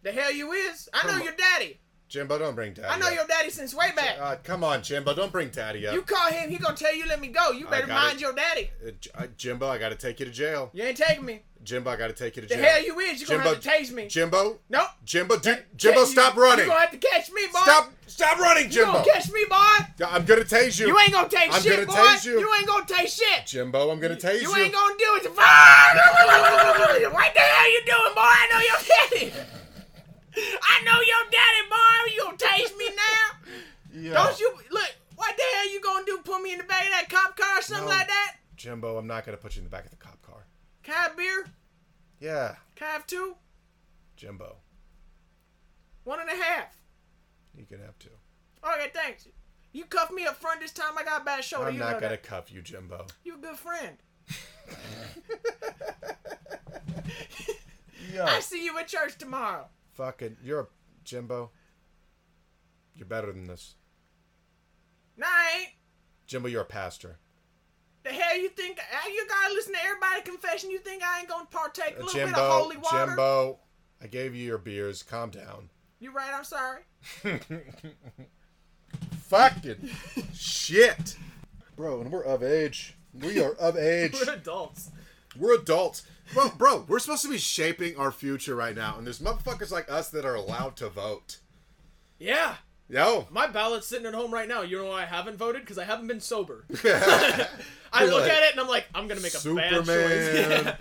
Speaker 3: The hell you is? I know
Speaker 2: Come on.
Speaker 3: your daddy.
Speaker 2: Jimbo, don't bring daddy.
Speaker 1: I know
Speaker 2: up.
Speaker 1: your daddy since way back.
Speaker 2: Uh, come on, Jimbo, don't bring daddy up.
Speaker 1: You call him, he gonna tell you let me go. You
Speaker 2: I
Speaker 1: better
Speaker 2: got
Speaker 1: mind
Speaker 2: it.
Speaker 1: your daddy.
Speaker 2: Uh, J- uh, Jimbo, I gotta take you to jail.
Speaker 1: You ain't taking me.
Speaker 2: Jimbo, I gotta take you to
Speaker 1: The
Speaker 2: jail.
Speaker 1: hell you is? You gonna
Speaker 2: Jimbo-
Speaker 1: have to tase me.
Speaker 2: Jimbo,
Speaker 1: nope.
Speaker 2: Jimbo, do, Jimbo,
Speaker 1: You-
Speaker 2: stop running.
Speaker 1: You gonna have to catch me, boy.
Speaker 2: Stop, stop running,
Speaker 1: You
Speaker 2: Jimbo.
Speaker 1: gonna catch me, boy.
Speaker 2: I'm gonna tase you.
Speaker 1: You ain't gonna take
Speaker 2: I'm
Speaker 1: shit,
Speaker 2: gonna
Speaker 1: boy.
Speaker 2: tase you.
Speaker 1: ain't gonna take shit.
Speaker 2: Jimbo, I'm gonna tase you.
Speaker 1: You ain't gonna do it. what the hell you doing, boy? I know your daddy. I know your daddy, boy. You gonna tase me now?
Speaker 2: Yeah.
Speaker 1: Don't you look? What the hell you gonna do? Put me in the back of that cop car or something
Speaker 2: No.
Speaker 1: like that?
Speaker 2: Jimbo, I'm not gonna put you in the back of the cop car.
Speaker 1: Can I have beer?
Speaker 2: Yeah,
Speaker 1: Can I have two?
Speaker 2: Jimbo,
Speaker 1: One and a half.
Speaker 2: you can have two.
Speaker 1: All right, Oh, thanks. You cuffed me up front this time. I got a bad shoulder.
Speaker 2: I'm
Speaker 1: Oh, you
Speaker 2: not
Speaker 1: know
Speaker 2: gonna
Speaker 1: That.
Speaker 2: cuff you, Jimbo.
Speaker 1: You a good friend.
Speaker 2: Yo,
Speaker 1: I see you at church tomorrow.
Speaker 2: fucking, you're a Jimbo. You're better than this,
Speaker 1: Nah, I ain't.
Speaker 2: Jimbo. You're a pastor.
Speaker 1: The hell you think? uh, You gotta listen to everybody confession. You think I ain't gonna partake a
Speaker 2: Uh,
Speaker 1: little bit of
Speaker 2: Jimbo,
Speaker 1: holy water?
Speaker 2: Jimbo, I gave you your beers. Calm down.
Speaker 1: You right? I'm sorry.
Speaker 2: Fucking shit, bro. When we're of age, we are of age.
Speaker 3: We're adults.
Speaker 2: We're adults. Bro, bro, we're supposed to be shaping our future right now, and there's motherfuckers like us that are allowed to vote.
Speaker 3: Yeah.
Speaker 2: Yo.
Speaker 3: My ballot's sitting at home right now. You know why I haven't voted? Because I haven't been sober. I
Speaker 2: You're
Speaker 3: look
Speaker 2: like,
Speaker 3: at it and I'm like, I'm gonna make a bad
Speaker 2: Superman.
Speaker 3: choice. Yeah.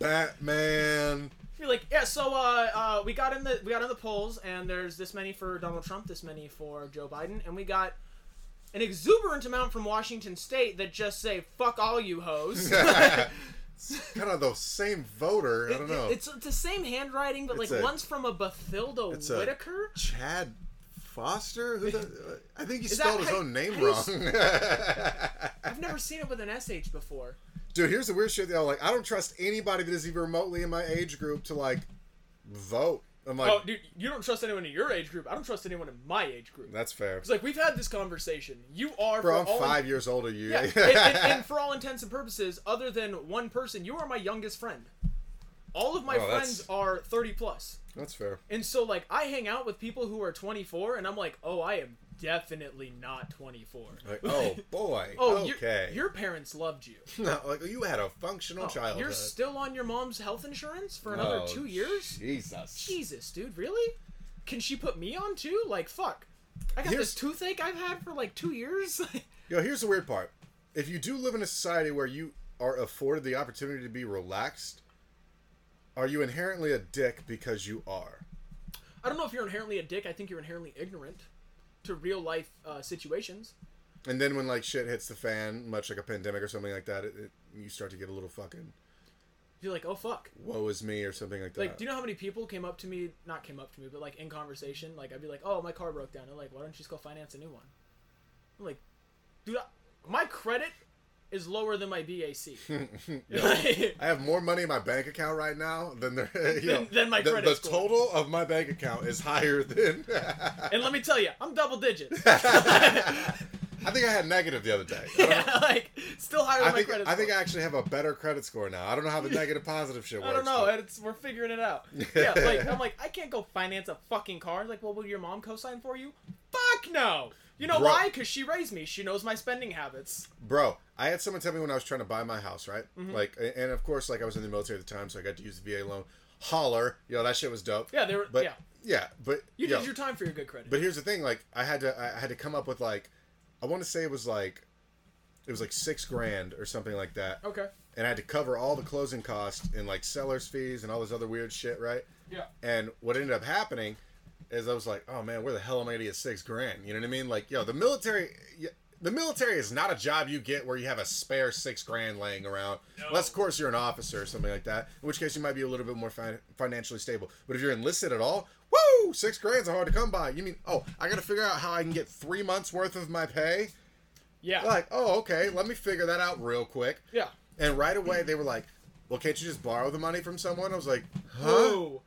Speaker 2: Batman.
Speaker 3: You're like, yeah. So uh, uh, we got in the we got in the polls, and there's this many for Donald Trump, this many for Joe Biden, and we got an exuberant amount from Washington State that just say "fuck all you hoes."
Speaker 2: kind of the same voter. I don't know.
Speaker 3: It's, it's the same handwriting, but
Speaker 2: It's
Speaker 3: like
Speaker 2: a-
Speaker 3: one's from a Bathilda
Speaker 2: it's a-
Speaker 3: Whitaker.
Speaker 2: Chad Foster? Who the, I think he
Speaker 3: that
Speaker 2: spelled his
Speaker 3: how-
Speaker 2: own name
Speaker 3: how you
Speaker 2: wrong.
Speaker 3: s- I've never seen it with an sh before.
Speaker 2: Dude, here's the weird shit though. Like, I don't trust anybody that is even remotely in my age group to like vote. I'm like,
Speaker 3: Oh, dude, you don't trust anyone in your age group. I don't trust anyone in my age group.
Speaker 2: that's fair.
Speaker 3: It's like we've had this conversation. You are
Speaker 2: Bro, I'm
Speaker 3: for all
Speaker 2: five years older. You.
Speaker 3: Yeah, and, and, and for all intents and purposes, other than one person, you are my youngest friend. All of my
Speaker 2: Oh, that's-
Speaker 3: friends are 30 plus.
Speaker 2: that's fair.
Speaker 3: And so, like, I hang out with people who are 24, and I'm like, oh, I am definitely not 24.
Speaker 2: Like, oh boy.
Speaker 3: Oh, your-
Speaker 2: okay.
Speaker 3: your parents loved you.
Speaker 2: No, like you had a functional
Speaker 3: Oh,
Speaker 2: childhood.
Speaker 3: You're still on your mom's health insurance for another
Speaker 2: Oh,
Speaker 3: two years?
Speaker 2: Jesus.
Speaker 3: Jesus, dude, really? Can she put me on too? Like, fuck. I got
Speaker 2: Here's-
Speaker 3: this toothache I've had for like two years.
Speaker 2: Yo, here's the weird part. If you do live in a society where you are afforded the opportunity to be relaxed, are you inherently a dick because you are?
Speaker 3: I don't know if you're inherently a dick. I think you're inherently ignorant to real life uh, situations.
Speaker 2: And then when like shit hits the fan, much like a pandemic or something like that, it, it, you start to get a little fucking
Speaker 3: You're like, oh fuck.
Speaker 2: woe is me or something like that.
Speaker 3: Like, do you know how many people came up to me? Not came up to me, but like in conversation, like I'd be like, oh, my car broke down. They're like, why don't you just go finance a new one? I'm like, dude, I- my credit is lower than my BAC. Like,
Speaker 2: I have more money in my bank account right now than there. You know,
Speaker 3: than my
Speaker 2: the,
Speaker 3: credit
Speaker 2: the
Speaker 3: score.
Speaker 2: total of my bank account is higher than.
Speaker 3: and let me tell you, I'm double digits.
Speaker 2: I think I had negative the other day. I don't know.
Speaker 3: Yeah, like, still higher than
Speaker 2: I
Speaker 3: my
Speaker 2: think
Speaker 3: credit
Speaker 2: I think I
Speaker 3: score.
Speaker 2: actually have a better credit score now. I don't know how the negative positive shit works.
Speaker 3: I don't know.
Speaker 2: but-
Speaker 3: It's we're figuring it out. Yeah, like I'm like I can't go finance a fucking car. Like, well, will your mom co-sign for you? Fuck no. You know
Speaker 2: Bro.
Speaker 3: why? Because she raised me. She knows my spending habits.
Speaker 2: Bro, I had someone tell me when I was trying to buy my house, right?
Speaker 3: Mm-hmm.
Speaker 2: Like, a- and of course, like I was in the military at the time, so I got to use the VA loan. Holler, yo, that shit was dope.
Speaker 3: Yeah, they were.
Speaker 2: but
Speaker 3: yeah,
Speaker 2: yeah, but
Speaker 3: you
Speaker 2: yo,
Speaker 3: did your time for your good credit.
Speaker 2: but here's the thing, like I had to, I had to come up with like, I want to say it was like, it was like six grand or something like that,
Speaker 3: okay.
Speaker 2: and I had to cover all the closing costs and like seller's fees and all this other weird shit, right?
Speaker 3: Yeah.
Speaker 2: And what ended up happening is I was like, oh man, where the hell am I gonna get six grand? You know what I mean? Like, yo, the military, y- the military is not a job you get where you have a spare six grand laying around. Unless, of course, you're an officer or something like that, in which case you might be a little bit more fin- financially stable. But if you're enlisted at all, woo, six grand's hard to come by. You mean, oh, I gotta figure out how I can get three months worth of my pay?
Speaker 3: Yeah.
Speaker 2: Like, oh, okay, let me figure that out real quick.
Speaker 3: yeah.
Speaker 2: And right away they were like, well, can't you just borrow the money from someone? I was like, huh?
Speaker 3: Whoa.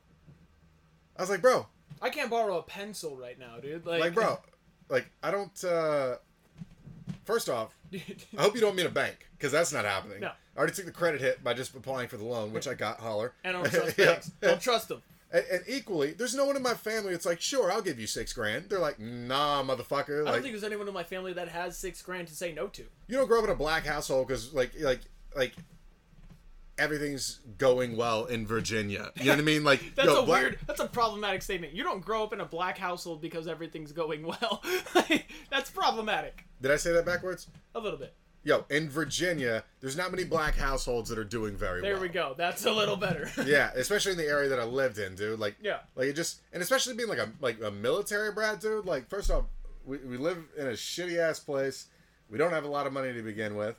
Speaker 2: I was like, bro,
Speaker 3: I can't borrow a pencil right now, dude. Like,
Speaker 2: like bro like i don't uh first off i hope you don't mean a bank because that's not happening
Speaker 3: No.
Speaker 2: i already took the credit hit by just applying for the loan which i got holler
Speaker 3: and I don't trust
Speaker 2: Yeah.
Speaker 3: banks. Don't trust them.
Speaker 2: And, and equally, there's no one in my family that's like, sure, I'll give you six grand. They're like, nah, motherfucker.
Speaker 3: I don't
Speaker 2: Like,
Speaker 3: think there's anyone in my family that has six grand to say no to.
Speaker 2: you don't grow up in a black household because like like like everything's going well in Virginia. You know what I mean? Like
Speaker 3: That's
Speaker 2: yo,
Speaker 3: a
Speaker 2: black-
Speaker 3: weird. That's a problematic statement. You don't grow up in a black household because everything's going well. that's problematic.
Speaker 2: Did I say that backwards?
Speaker 3: A little bit.
Speaker 2: Yo, in Virginia, there's not many black households that are doing very
Speaker 3: There
Speaker 2: well.
Speaker 3: we go. That's a little better.
Speaker 2: Yeah, especially in the area that I lived in, dude. Like,
Speaker 3: Yeah.
Speaker 2: like it just, and especially being like a like a military brat, dude. Like, first off, we, we live in a shitty ass place. We don't have a lot of money to begin with,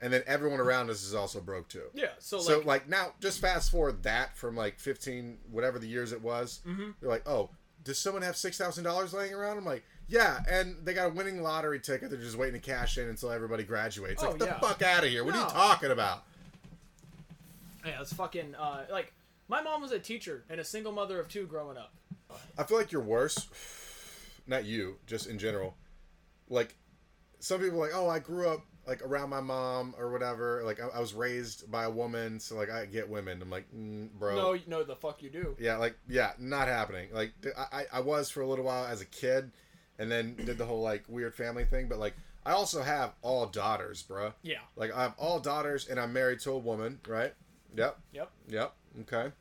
Speaker 2: and then everyone around us is also broke too.
Speaker 3: yeah. So,
Speaker 2: so
Speaker 3: like,
Speaker 2: like, now just fast forward that from like 15 whatever the years it was
Speaker 3: Mm-hmm.
Speaker 2: they're like oh does someone have $6000 laying around i'm like yeah and they got a winning lottery ticket they're just waiting to cash in until everybody graduates
Speaker 3: Oh,
Speaker 2: like get the
Speaker 3: yeah.
Speaker 2: fuck out of here what are
Speaker 3: No.
Speaker 2: you talking about
Speaker 3: yeah, it's fucking uh, like my mom was a teacher and a single mother of two growing up.
Speaker 2: i feel like you're worse not you just in general like some people are like oh i grew up like around my mom or whatever like i, I was raised by a woman so like i get women i'm like mm, bro
Speaker 3: No, no, the fuck you do.
Speaker 2: Yeah, like yeah, not happening. Like th- I, I- I was for a little while as a kid, and then did the whole like weird family thing. But like I also have all daughters, bruh.
Speaker 3: Yeah.
Speaker 2: Like I have all daughters, and I'm married to a woman, right? Yep,
Speaker 3: Yep.
Speaker 2: yep, okay.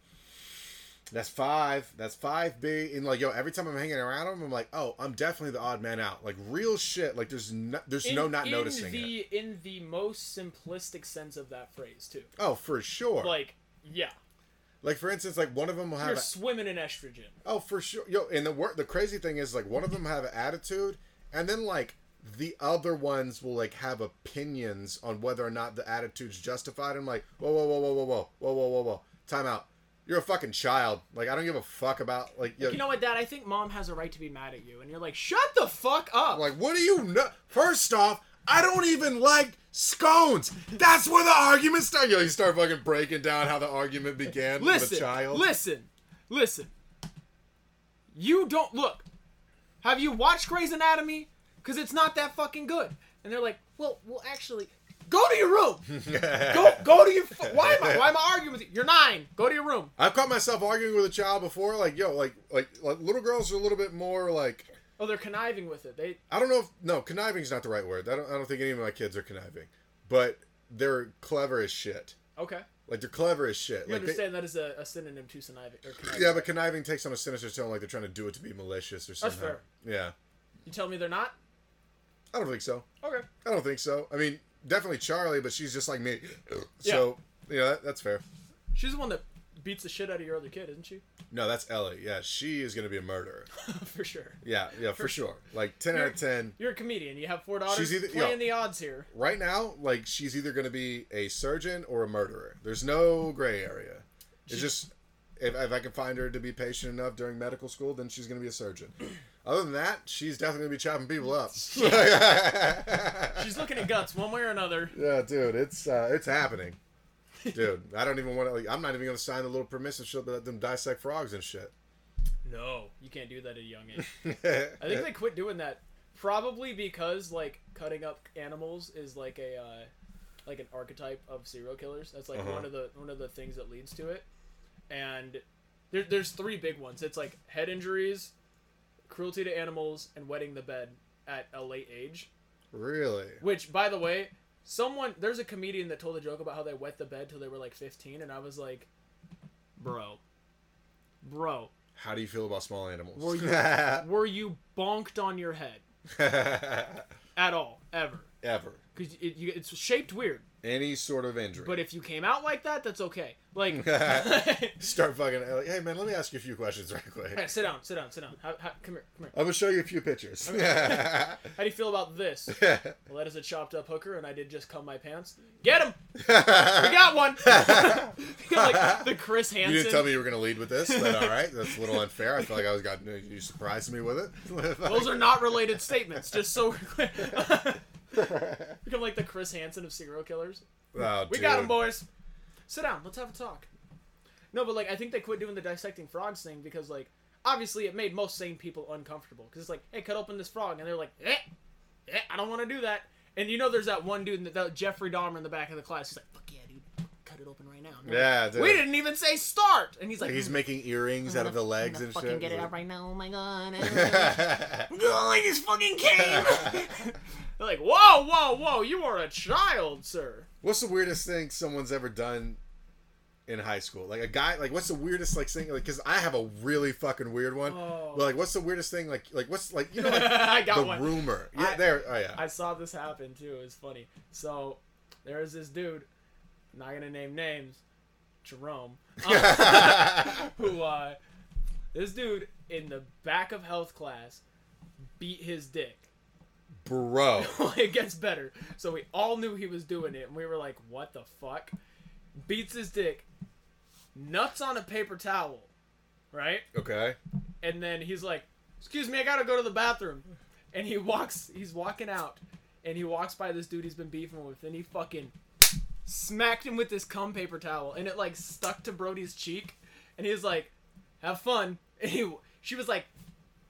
Speaker 2: That's five. That's five B. And like yo, every time I'm hanging around them, I'm like, oh, I'm definitely the odd man out. Like real shit. Like there's no, there's no not noticing it.
Speaker 3: the in the most simplistic sense of that phrase too.
Speaker 2: Oh, for sure. Like,
Speaker 3: Like, yeah,
Speaker 2: for instance, like one of them will have
Speaker 3: you're
Speaker 2: a-
Speaker 3: swimming in estrogen.
Speaker 2: Oh, for sure. Yo, and the wor- the crazy thing is like one of them have an attitude, and then like the other ones will like have opinions on whether or not the attitude's justified. I'm like, whoa, whoa, whoa, whoa, whoa, whoa, whoa, whoa, whoa, whoa. Time out. You're a fucking child. Like I don't give a fuck about like yo,
Speaker 3: You know what, Dad? I think Mom has a right to be mad at you, and you're like, shut the fuck up.
Speaker 2: like what do you know? First off, I don't even like scones. That's where the argument starts. Yo, you start fucking breaking down how the argument began
Speaker 3: listen,
Speaker 2: with a child.
Speaker 3: listen, listen. You don't look. Have you watched Grey's Anatomy? Because it's not that fucking good. And they're like, well, well, actually, go to your room. go, go to your. Fu- why am I? Why am I arguing with you? You're nine. Go to your room.
Speaker 2: I've caught myself arguing with a child before, like yo, like like, like little girls are a little bit more like
Speaker 3: Oh, they're conniving with it. They
Speaker 2: I don't know if no conniving's not the right word. I don't I don't think any of my kids are conniving, but they're clever as shit.
Speaker 3: okay.
Speaker 2: Like they're clever as shit.
Speaker 3: You
Speaker 2: like they-
Speaker 3: understand that is a, a synonym to conniving. Or conniving.
Speaker 2: yeah, but conniving takes on a sinister tone, like they're trying to do it to be malicious or something.
Speaker 3: fair.
Speaker 2: Yeah,
Speaker 3: You tell me they're not.
Speaker 2: I don't think so.
Speaker 3: Okay.
Speaker 2: I don't think so. I mean, definitely Charlie, but she's just like me. So yeah, that, that's fair.
Speaker 3: She's the one that beats the shit out of your other kid, isn't she?
Speaker 2: No, that's Ellie. Yeah, she is gonna be a murderer.
Speaker 3: For sure.
Speaker 2: Yeah, yeah, for sure. Like ten out of ten.
Speaker 3: You're a comedian. You have four daughters.
Speaker 2: She's either-
Speaker 3: playing
Speaker 2: yo.
Speaker 3: the odds here.
Speaker 2: Right now, like she's either gonna be a surgeon or a murderer. There's no gray area. It's just if, if I can find her to be patient enough during medical school, then she's gonna be a surgeon. Other than that, she's definitely gonna be chopping people up.
Speaker 3: She's looking at guts one way or another.
Speaker 2: yeah, dude, it's uh, it's happening. Dude, I don't even want to. Like, I'm not even gonna sign the little permissive shit that let them dissect frogs and shit.
Speaker 3: No, you can't do that at a young age. I think they quit doing that probably because like cutting up animals is like a uh, like an archetype of serial killers. That's like
Speaker 2: Uh-huh.
Speaker 3: one of the one of the things that leads to it. And there, there's three big ones. It's like head injuries, cruelty to animals, and wetting the bed at a late age.
Speaker 2: really.
Speaker 3: Which, by the way, someone there's a comedian that told a joke about how they wet the bed till they were like 15, and I was like, bro, bro,
Speaker 2: How do you feel about small animals?
Speaker 3: Were you- were you bonked on your head at all ever?
Speaker 2: Ever
Speaker 3: Because it, you, it's shaped weird,
Speaker 2: any sort of injury?
Speaker 3: but if you came out like that, that's okay. Like,
Speaker 2: start fucking like, hey man let me ask you a few questions right quick
Speaker 3: sit down, sit down, sit down. How, how, come here, come here.
Speaker 2: i'm gonna show you a few pictures
Speaker 3: How do you feel about this? Well, that is a chopped up hooker, and I did just cum my pants. Get him! We got one. like the Chris Hansen.
Speaker 2: you didn't tell me you were gonna lead with this but all right that's a little unfair i feel like i was got you surprised me with it
Speaker 3: Those are not related statements, just so we're clear. Become like the Chris Hansen of serial killers.
Speaker 2: Oh,
Speaker 3: We got him, boys. Sit down. Let's have a talk. No, but like I think they quit doing the dissecting frogs thing because like obviously it made most sane people uncomfortable because it's like hey cut open this frog and they're like eh, eh I don't want to do that and you know there's that one dude in the, that Jeffrey Dahmer in the back of the class he's like fuck yeah dude cut
Speaker 1: cut it open right now. And I'm like,
Speaker 2: Yeah, dude.
Speaker 1: We didn't even say start, and he's like,
Speaker 2: He's
Speaker 1: "Mm,
Speaker 2: making earrings
Speaker 1: I'm
Speaker 2: out of the
Speaker 1: gonna- I'm
Speaker 2: legs
Speaker 1: gonna
Speaker 2: and
Speaker 1: fucking
Speaker 2: shit.
Speaker 1: Get it out right now! Oh my god! oh,
Speaker 2: right.
Speaker 1: I just fucking came.
Speaker 3: They're like, whoa, whoa, whoa, you are a child, sir.
Speaker 2: What's the weirdest thing someone's ever done in high school? Like a guy, like what's the weirdest like thing? Like, cause I have a really fucking weird one.
Speaker 3: Oh.
Speaker 2: But, like, what's the weirdest thing? Like, like what's like you know like
Speaker 3: I got
Speaker 2: the
Speaker 3: one.
Speaker 2: rumor? Yeah,
Speaker 3: I-
Speaker 2: there. Oh yeah.
Speaker 3: I saw this happen too. It was funny. So there was this dude. I'm not gonna name names. Jerome. who uh, this dude in the back of health class beat his dick.
Speaker 2: Bro,
Speaker 3: it gets better. So we all knew he was doing it, and we were like, "What the fuck?" Beats his dick. Nuts on a paper towel, right?
Speaker 2: okay.
Speaker 3: and then he's like, "Excuse me, I gotta go to the bathroom," and he walks. He's walking out, and he walks by this dude he's been beefing with, and he fucking smacked him with this cum paper towel, and it like stuck to Brody's cheek, and he's like, "Have fun." And he, she was like,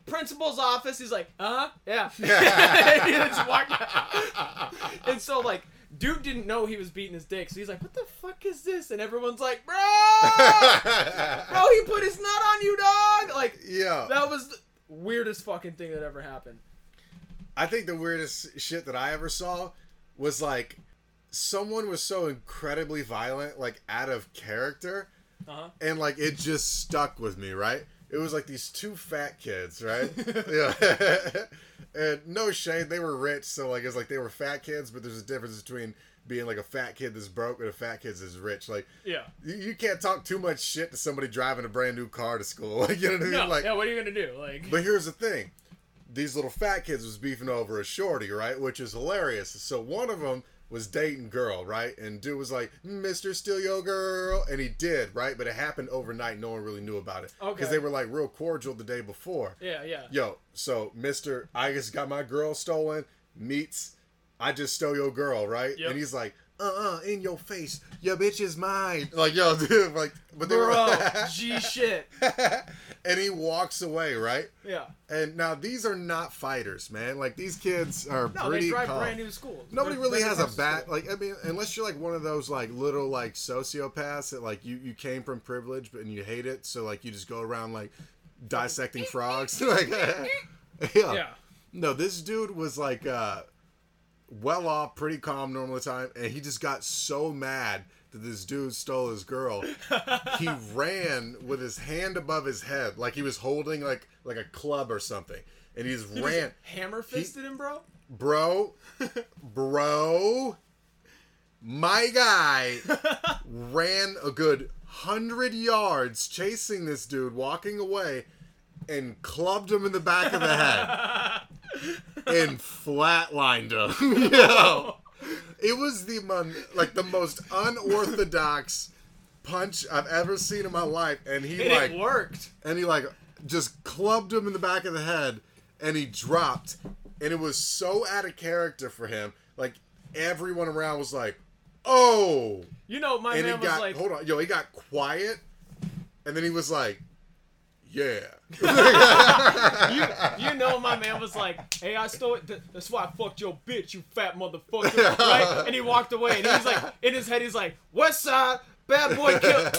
Speaker 3: "Principal's office." He's like, "Uh huh, yeah." and he just walked out. and so like. Dude didn't know he was beating his dick, so he's like, "What the fuck is this?" And everyone's like, "Bro, bro, he put his nut on you, dog!" Like,
Speaker 2: yeah.
Speaker 3: that was the weirdest fucking thing that ever happened.
Speaker 2: I think the weirdest shit that I ever saw was like someone was so incredibly violent, like out of character,
Speaker 3: Uh-huh.
Speaker 2: and like it just stuck with me, right? It was like these two fat kids, right? yeah. and no shade, they were rich, so like it's like they were fat kids, but there's a difference between being like a fat kid that's broke and a fat kid that's rich. Like
Speaker 3: Yeah.
Speaker 2: you, you can't talk too much shit to somebody driving a brand new car to school. Like you know what I mean?
Speaker 3: No.
Speaker 2: like
Speaker 3: yeah. What are you gonna do? Like.
Speaker 2: but here's the thing. These little fat kids was beefing over a shorty, right? Which is hilarious. So one of them was dating girl, right? And dude was like, "Mr. Steal Your Girl," and he did, right? But it happened overnight. No one really knew about it
Speaker 3: Okay.
Speaker 2: because they were like real cordial the day before.
Speaker 3: yeah. Yeah.
Speaker 2: Yo, so Mister, I just got my girl stolen. Meets, I just stole your girl, right?
Speaker 3: Yep.
Speaker 2: And he's like, "Uh, uh in your face, your bitch is mine." Like, yo, dude, like, but they
Speaker 3: Bro,
Speaker 2: were,
Speaker 3: G shit.
Speaker 2: and he walks away, right?
Speaker 3: Yeah.
Speaker 2: And now these are not fighters, man. Like these kids are
Speaker 3: No,
Speaker 2: pretty
Speaker 3: they drive
Speaker 2: calm.
Speaker 3: brand new schools.
Speaker 2: Nobody
Speaker 3: They're
Speaker 2: really
Speaker 3: brand
Speaker 2: has
Speaker 3: new
Speaker 2: a
Speaker 3: cars to
Speaker 2: bat.
Speaker 3: school.
Speaker 2: Like I mean, unless you're like one of those like little like sociopaths that like you you came from privilege but and you hate it, so like you just go around like dissecting frogs. like yeah.
Speaker 3: yeah.
Speaker 2: No, this dude was like uh well off, pretty calm normal the time, and he just got so mad that this dude stole his girl. he ran with his hand above his head, like he was holding like like a club or something. And he just ran.
Speaker 3: Hammer fisted him, bro.
Speaker 2: Bro, bro, my guy ran a good hundred yards chasing this dude, walking away, and clubbed him in the back of the head and flatlined him. Yo, it was the mon- like the most unorthodox punch I've ever seen in my life, and he
Speaker 3: And
Speaker 2: like
Speaker 3: it worked.
Speaker 2: and he like just clubbed him in the back of the head and he dropped and it was so out of character for him like everyone around was like oh
Speaker 3: You know, my
Speaker 2: and he
Speaker 3: man was
Speaker 2: got
Speaker 3: like,
Speaker 2: hold on yo he got quiet and then he was like yeah
Speaker 3: you, you know, my man was like, hey, I stole it. Th- That's why I fucked your bitch, you fat motherfucker, right? And he walked away, and he's like, in his head, he's like, West Side, bad boy killed.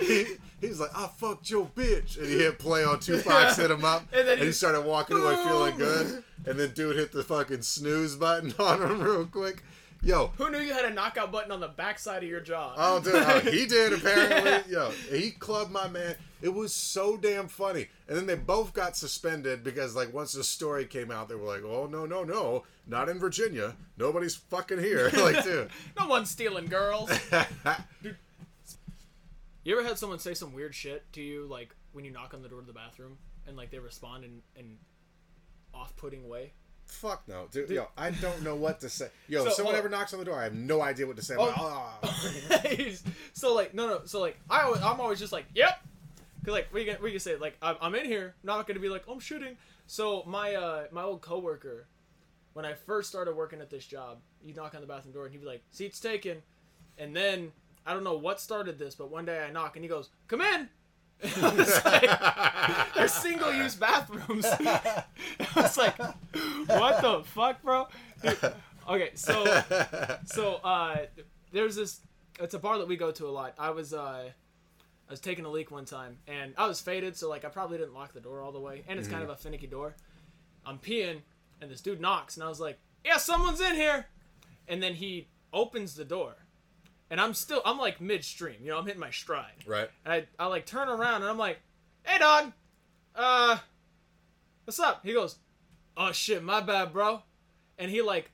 Speaker 2: he, he was like i fucked your bitch and he hit play on tupac hit him up and
Speaker 3: And then
Speaker 2: then
Speaker 3: he-
Speaker 2: he started walking away feeling
Speaker 3: Boom.
Speaker 2: good and then dude hit the fucking snooze button on him real quick yo
Speaker 3: Who knew you had a knockout button on the backside of your jaw?
Speaker 2: Oh, dude, oh, he did apparently. Yo, he clubbed my man. It was so damn funny. And then they both got suspended because, like, once the story came out, they were like, "Oh no, no, no, not in Virginia. Nobody's fucking here." like, dude,
Speaker 3: No one's stealing girls. You ever had someone say some weird shit to you, like when you knock on the door to the bathroom and like they respond in an off-putting way?
Speaker 2: fuck no, dude. Yo, I don't know what to say. Yo,
Speaker 3: So,
Speaker 2: if someone
Speaker 3: hold
Speaker 2: ever
Speaker 3: on. Oh.
Speaker 2: knocks on the door, I have no idea what to say. I'm like, "Ah."
Speaker 3: so like, no, no. So like, I always, I'm always just like, yep. Cause like, what you gonna, what you gonna say? Like, I'm, I'm in here. I'm not gonna be like, I'm shooting. So my uh my old coworker, when I first started working at this job, you knock on the bathroom door and he'd be like, seats taken, and then I don't know what started this, but one day I knock and he goes, come in. I was like, They're single-use bathrooms. I was like, "What the fuck, bro?" Dude, okay, so so uh, there's this it's a bar that we go to a lot. I was uh I was taking a leak one time and I was faded, so like I probably didn't lock the door all the way. And it's kind of a finicky door. I'm peeing and this dude knocks and I was like, "Yeah, someone's in here." And then he opens the door. And I'm still I'm like midstream, you know, I'm hitting my stride.
Speaker 2: Right.
Speaker 3: And I, I like turn around and I'm like, hey dog, uh, what's up? He goes, oh shit, my bad, bro. And he like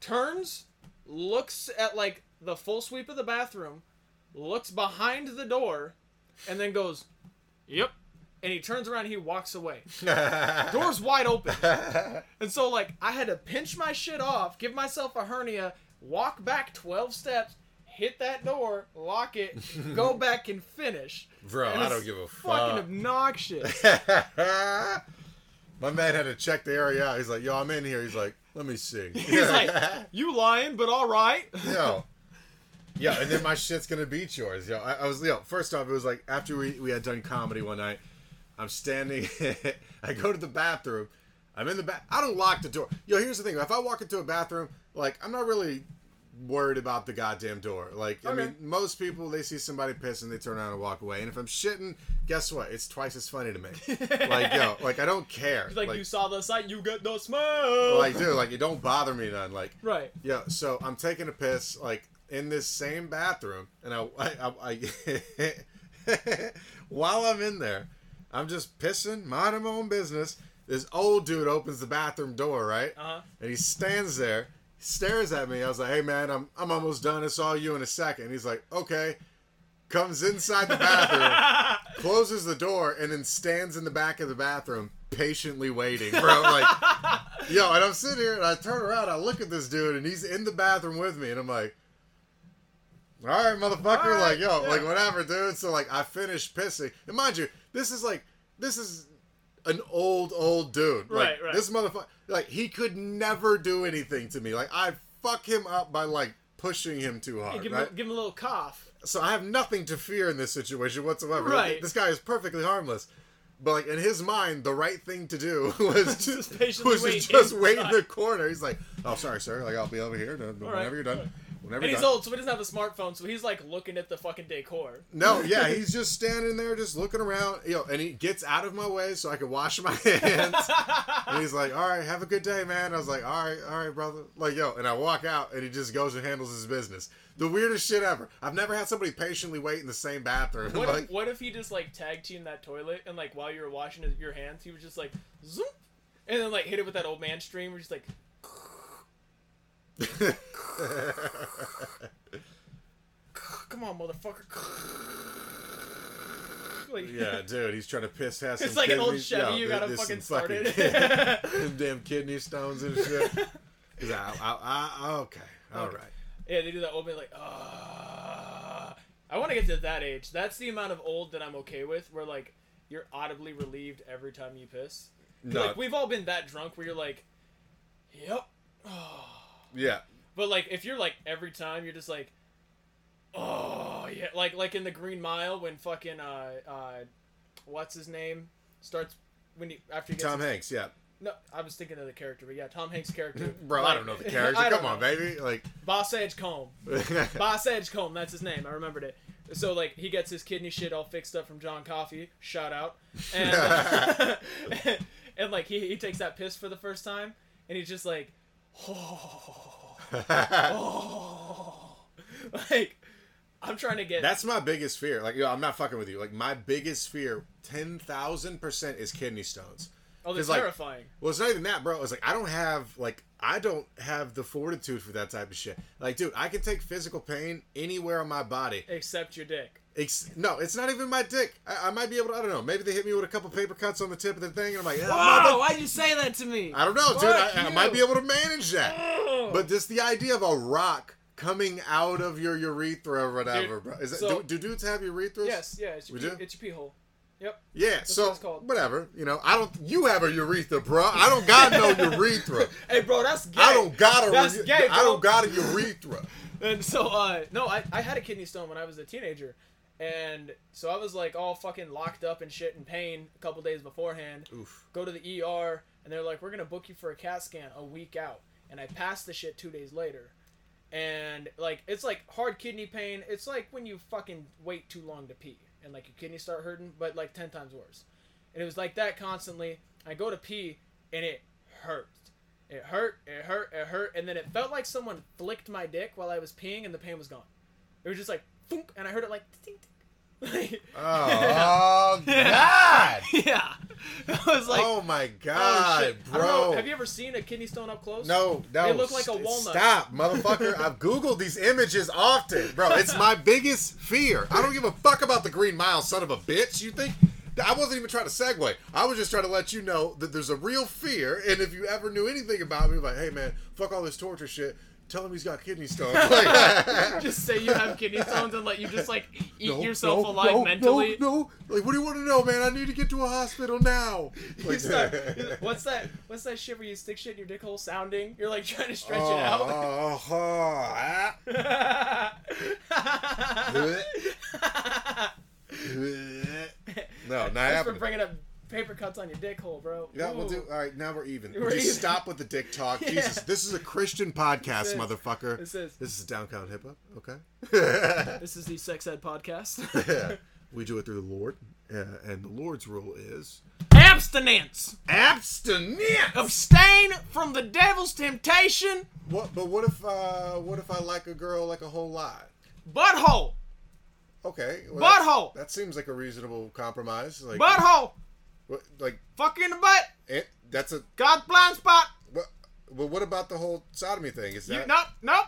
Speaker 3: turns, looks at like the full sweep of the bathroom, looks behind the door, and then goes, yep. And he turns around and he walks away. Door's wide open. And so like I had to pinch my shit off, give myself a hernia, walk back 12 steps, hit that door, lock it, go back and finish.
Speaker 2: Bro,
Speaker 3: And
Speaker 2: Oh, I
Speaker 3: it's
Speaker 2: don't give a
Speaker 3: Fucking
Speaker 2: fuck.
Speaker 3: obnoxious.
Speaker 2: My man had to check the area out. He's like, yo, I'm in here. He's like, let me see.
Speaker 3: He's like, "You lying, but all right."
Speaker 2: yo. Yeah, and then my shit's gonna beat yours. Yo, I, I was yo. First off, it was like after we, we had done comedy one night, I'm standing, I go to the bathroom, I'm in the bath, I don't lock the door. Yo, here's the thing: if I walk into a bathroom, like I'm not really worried about the goddamn door. Like I
Speaker 3: Okay.
Speaker 2: mean, most people they see somebody pissing, they turn around and walk away. And if I'm shitting, guess what? It's twice as funny to me. like yo, like I don't care.
Speaker 3: Like, you saw the sight, you got the smell.
Speaker 2: like dude, like it don't bother me none. Like
Speaker 3: right.
Speaker 2: yeah, so I'm taking a piss like in this same bathroom, and I, I, I, I- while I'm in there, I'm just pissing, minding my own business. This old dude opens the bathroom door, right?
Speaker 3: Uh-huh.
Speaker 2: And he stands there, stares at me. I was like, "Hey man, I'm I'm almost done. It's all you in a second. He's like, "Okay." Comes inside the bathroom, closes the door, and then stands in the back of the bathroom, patiently waiting, bro. Like, Yo, and I'm sitting here and I turn around, I look at this dude, and he's in the bathroom with me, and I'm like, all right, motherfucker,
Speaker 3: All right,
Speaker 2: like, yo,
Speaker 3: yeah.
Speaker 2: like, whatever, dude. So, like, I finished pissing. And mind you, this is like, this is an old, old dude. Like,
Speaker 3: Right, right.
Speaker 2: This motherfucker, like, he could never do anything to me. Like, I fuck him up by, like, pushing him too hard.
Speaker 3: give,
Speaker 2: right?
Speaker 3: him, give him a little cough.
Speaker 2: so I have nothing to fear in this situation whatsoever.
Speaker 3: Right.
Speaker 2: This guy is perfectly harmless. But like in his mind, the right thing to do was
Speaker 3: Just
Speaker 2: just
Speaker 3: patiently
Speaker 2: was
Speaker 3: wait
Speaker 2: to just wait in
Speaker 3: inside.
Speaker 2: the corner. He's like, "Oh, sorry, sir. Like I'll be over here no, whenever
Speaker 3: right.
Speaker 2: you're done. Whenever
Speaker 3: And
Speaker 2: you're
Speaker 3: he's
Speaker 2: done."
Speaker 3: old, so he doesn't have a smartphone, so he's like looking at the fucking decor.
Speaker 2: No, yeah, he's just standing there, just looking around. You know, and he gets out of my way so I can wash my hands. and he's like, "All right, have a good day, man." I was like, "All right, all right, brother." Like, yo, and I walk out, and he just goes and handles his business. The weirdest shit ever. I've never had somebody patiently wait in the same bathroom.
Speaker 3: What,
Speaker 2: like,
Speaker 3: if, what if he just like tag teamed that toilet and like while you were washing his, your hands, he was just like zoom, and then like hit it with that old man stream, where just like come on, motherfucker. Like,
Speaker 2: Yeah, dude, he's trying to piss has
Speaker 3: It's
Speaker 2: some
Speaker 3: like an old
Speaker 2: kidneys-
Speaker 3: Chevy, you
Speaker 2: there-
Speaker 3: gotta
Speaker 2: there's
Speaker 3: fucking
Speaker 2: some
Speaker 3: start it.
Speaker 2: kid- damn kidney stones and shit. He's like, "Ow, ow, ow, okay, all
Speaker 3: Okay.
Speaker 2: right.
Speaker 3: Yeah, they do that old man like, ah. I want to get to that age. That's the amount of old that I'm okay with, where like you're audibly relieved every time you piss.
Speaker 2: No,
Speaker 3: Like we've all been that drunk where you're like, yep.
Speaker 2: yeah,
Speaker 3: But like if you're like every time you're just like, oh yeah, like like in the Green Mile when fucking uh uh, what's his name starts when he after he gets
Speaker 2: Tom
Speaker 3: his-
Speaker 2: Hanks, yeah,
Speaker 3: no I was thinking of the character but yeah Tom Hanks character
Speaker 2: bro, I
Speaker 3: Like-
Speaker 2: don't know the character.
Speaker 3: I don't
Speaker 2: Come on,
Speaker 3: know.
Speaker 2: baby, like,
Speaker 3: Boss Edgecombe Boss Edgecombe, that's his name. I remembered it. So like he gets his kidney shit all fixed up from John Coffey. Shout out. And, and like he, he takes that piss for the first time, and he's just like, oh, oh. like I'm trying to get.
Speaker 2: that's my biggest fear. Like, yo, I'm not fucking with you. Like, my biggest fear, ten thousand percent, is kidney stones.
Speaker 3: oh, that's
Speaker 2: 'cause, like,
Speaker 3: terrifying.
Speaker 2: Well, it's not even that, bro. It's like I don't have like I don't have the fortitude for that type of shit. Like, dude, I can take physical pain anywhere on my body.
Speaker 3: except your dick.
Speaker 2: Ex- no, it's not even my dick. I-, I might be able to. I don't know. Maybe they hit me with a couple paper cuts on the tip of the thing, and I'm like, "Ah, mother-"
Speaker 3: why'd you say that to me?
Speaker 2: I don't know, dude.
Speaker 3: Fuck
Speaker 2: I-, I
Speaker 3: you.
Speaker 2: might be able to manage that.
Speaker 3: Oh.
Speaker 2: But just the idea of a rock coming out of your urethra or whatever,
Speaker 3: Dude,
Speaker 2: bro. Is that,
Speaker 3: so-
Speaker 2: do, do dudes have urethras?
Speaker 3: yes, yeah, it's your,
Speaker 2: We
Speaker 3: pee,
Speaker 2: do?
Speaker 3: it's your pee hole. Yep.
Speaker 2: Yeah. So
Speaker 3: what it's called.
Speaker 2: whatever. You know, I don't. You have a urethra, bro. I don't got no urethra.
Speaker 3: Hey, bro, that's gay.
Speaker 2: I don't got a.
Speaker 3: That's
Speaker 2: ure-
Speaker 3: gay,
Speaker 2: I don't
Speaker 3: bro.
Speaker 2: got a urethra.
Speaker 3: And so, uh, no, I, I had a kidney stone when I was a teenager. And so I was like all fucking locked up and shit in pain a couple days beforehand.
Speaker 2: Oof.
Speaker 3: Go to the E ER, and they're like, we're going to book you for a CAT scan a week out. And I passed the shit two days later. and like it's like hard kidney pain. It's like when you fucking wait too long to pee and like your kidneys start hurting, but like ten times worse. And it was like that constantly. I go to pee and it hurt. It hurt. It hurt. It hurt. And then it felt like someone flicked my dick while I was peeing, and the pain was gone. It was just like, Funk, and I heard it like, tink, tink.
Speaker 2: Oh, God.
Speaker 1: yeah. I was like,
Speaker 2: oh my
Speaker 3: Oh,
Speaker 2: God,
Speaker 3: shit. I
Speaker 2: bro.
Speaker 3: don't know, have you ever seen a kidney stone up close?
Speaker 2: No, no.
Speaker 3: They look like a
Speaker 2: st-
Speaker 3: walnut.
Speaker 2: Stop, motherfucker. I've Googled these images often, bro. It's my biggest fear. I don't give a fuck about the Green Mile, son of a bitch. You think? I wasn't even trying to segue. I was just trying to let you know that there's a real fear, and if you ever knew anything about me, like, hey man, fuck all this torture shit. Tell him he's got kidney stones. Like,
Speaker 1: just say you have kidney stones and let you just like eat
Speaker 2: no,
Speaker 1: yourself
Speaker 2: no,
Speaker 1: alive
Speaker 2: no,
Speaker 1: mentally.
Speaker 2: No, no. Like, what do you want to know, man? I need to get to a hospital now. Like,
Speaker 3: It's that- what's that? What's that shit where you stick shit in your dick hole sounding? You're like trying to stretch
Speaker 2: Oh,
Speaker 3: it out.
Speaker 2: oh, oh, ah. No, not
Speaker 3: Thanks for
Speaker 2: happening.
Speaker 3: bringing up paper cuts on your dick hole, bro.
Speaker 2: Yeah, we'll
Speaker 3: Ooh.
Speaker 2: do. All right, now we're even.
Speaker 3: We're
Speaker 2: Just
Speaker 3: even.
Speaker 2: stop with the dick talk. Jesus, this is a Christian podcast,
Speaker 3: This is-
Speaker 2: motherfucker.
Speaker 3: this is-
Speaker 2: this is downtown hip hop. Okay.
Speaker 3: This is the sex ed podcast.
Speaker 2: we do it through the Lord, uh, and the Lord's rule is
Speaker 1: Abstinence.
Speaker 2: abstinence.
Speaker 1: Abstain from the devil's temptation.
Speaker 2: What? But what if? Uh, what if I like a girl like a whole lot?
Speaker 1: Butthole.
Speaker 2: Okay. well, that's-
Speaker 1: Butthole.
Speaker 2: That seems like a reasonable compromise. Like
Speaker 1: Butthole.
Speaker 2: what- Like
Speaker 1: Fuck you in the butt.
Speaker 2: it, that's a.
Speaker 1: God's blind spot.
Speaker 2: What, well, what about the whole sodomy thing? Is
Speaker 1: You
Speaker 2: that
Speaker 1: nope, nope.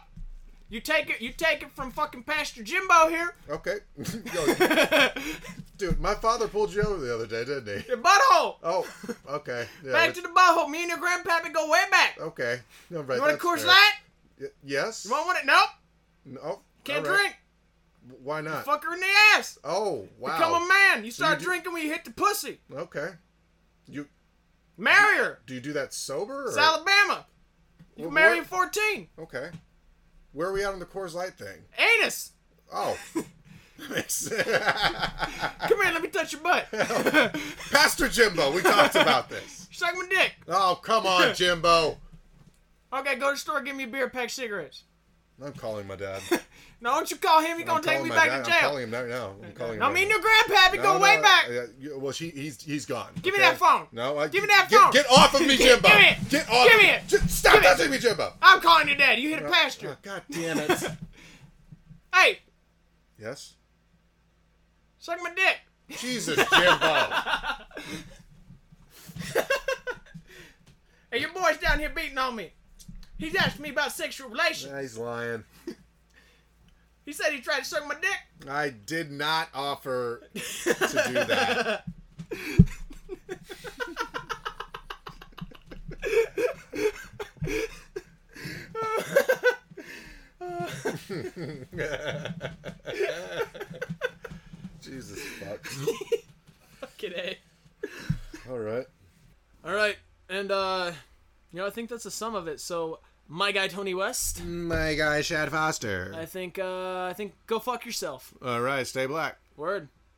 Speaker 1: You take it. You take it from fucking Pastor Jimbo here.
Speaker 2: okay? Yo, dude, my father pulled you over the other day, didn't he?
Speaker 1: Your butthole.
Speaker 2: Oh, okay. Yeah,
Speaker 1: Back
Speaker 2: that's-
Speaker 1: to the butthole. Me and your grandpappy go way back.
Speaker 2: Okay. No, right,
Speaker 1: You want a
Speaker 2: that's
Speaker 1: Coors
Speaker 2: fair.
Speaker 1: Light?
Speaker 2: Y- yes.
Speaker 1: You want one? Nope.
Speaker 2: no.
Speaker 1: Can't
Speaker 2: all right.
Speaker 1: drink.
Speaker 2: W- Why not?
Speaker 1: Fuck her in the ass.
Speaker 2: Oh, wow.
Speaker 1: Become a man. You start
Speaker 2: you do-
Speaker 1: drinking when you hit the pussy.
Speaker 2: Okay. You
Speaker 1: Marry her.
Speaker 2: do you do that sober? Or?
Speaker 1: It's Alabama. You
Speaker 2: Well,
Speaker 1: can marry
Speaker 2: what-
Speaker 1: at 14.
Speaker 2: Okay. Where are we at on the Coors Light thing?
Speaker 1: Anus.
Speaker 2: Oh. Makes sense.
Speaker 1: Come here, let me touch your butt.
Speaker 2: Pastor Jimbo, we talked about this.
Speaker 1: Suck my dick.
Speaker 2: Oh, come on, Jimbo.
Speaker 1: Okay, go to the store, give me a beer, pack cigarettes.
Speaker 2: I'm calling my dad.
Speaker 1: No, don't you call him. He's
Speaker 2: I'm
Speaker 1: going to take
Speaker 2: calling
Speaker 1: me
Speaker 2: my
Speaker 1: back
Speaker 2: dad.
Speaker 1: to
Speaker 2: I'm
Speaker 1: jail.
Speaker 2: calling him right now. I'm calling him.
Speaker 1: No,
Speaker 2: right
Speaker 1: me and
Speaker 2: now.
Speaker 1: your grandpappy
Speaker 2: No,
Speaker 1: go
Speaker 2: no,
Speaker 1: way back.
Speaker 2: uh, you- well, she, he's he's gone.
Speaker 1: Give me that phone.
Speaker 2: No, I,
Speaker 1: Give me that
Speaker 2: get-
Speaker 1: phone.
Speaker 2: Get off of me, Jimbo.
Speaker 1: Give me it.
Speaker 2: Get off.
Speaker 1: Give
Speaker 2: of
Speaker 1: me it.
Speaker 2: Just stop
Speaker 1: Give me it.
Speaker 2: touching me, Jimbo.
Speaker 1: I'm calling your dad. You hit a pasture.
Speaker 2: Oh, God damn it.
Speaker 1: Hey,
Speaker 2: yes.
Speaker 1: suck my dick.
Speaker 2: Jesus, Jimbo.
Speaker 1: Hey, your boy's down here beating on me. He's asking me about sexual relations.
Speaker 2: Nah, he's lying.
Speaker 1: He said he tried to suck my dick.
Speaker 2: I did not offer to do that. Jesus fuck.
Speaker 3: Fucking A.
Speaker 2: All right.
Speaker 3: All right, and uh, you know I think that's the sum of it. So my guy Tony West.
Speaker 1: Mm.
Speaker 2: My guy, Shad Foster.
Speaker 3: I think uh, I think go fuck yourself.
Speaker 2: All right, stay black.
Speaker 3: Word.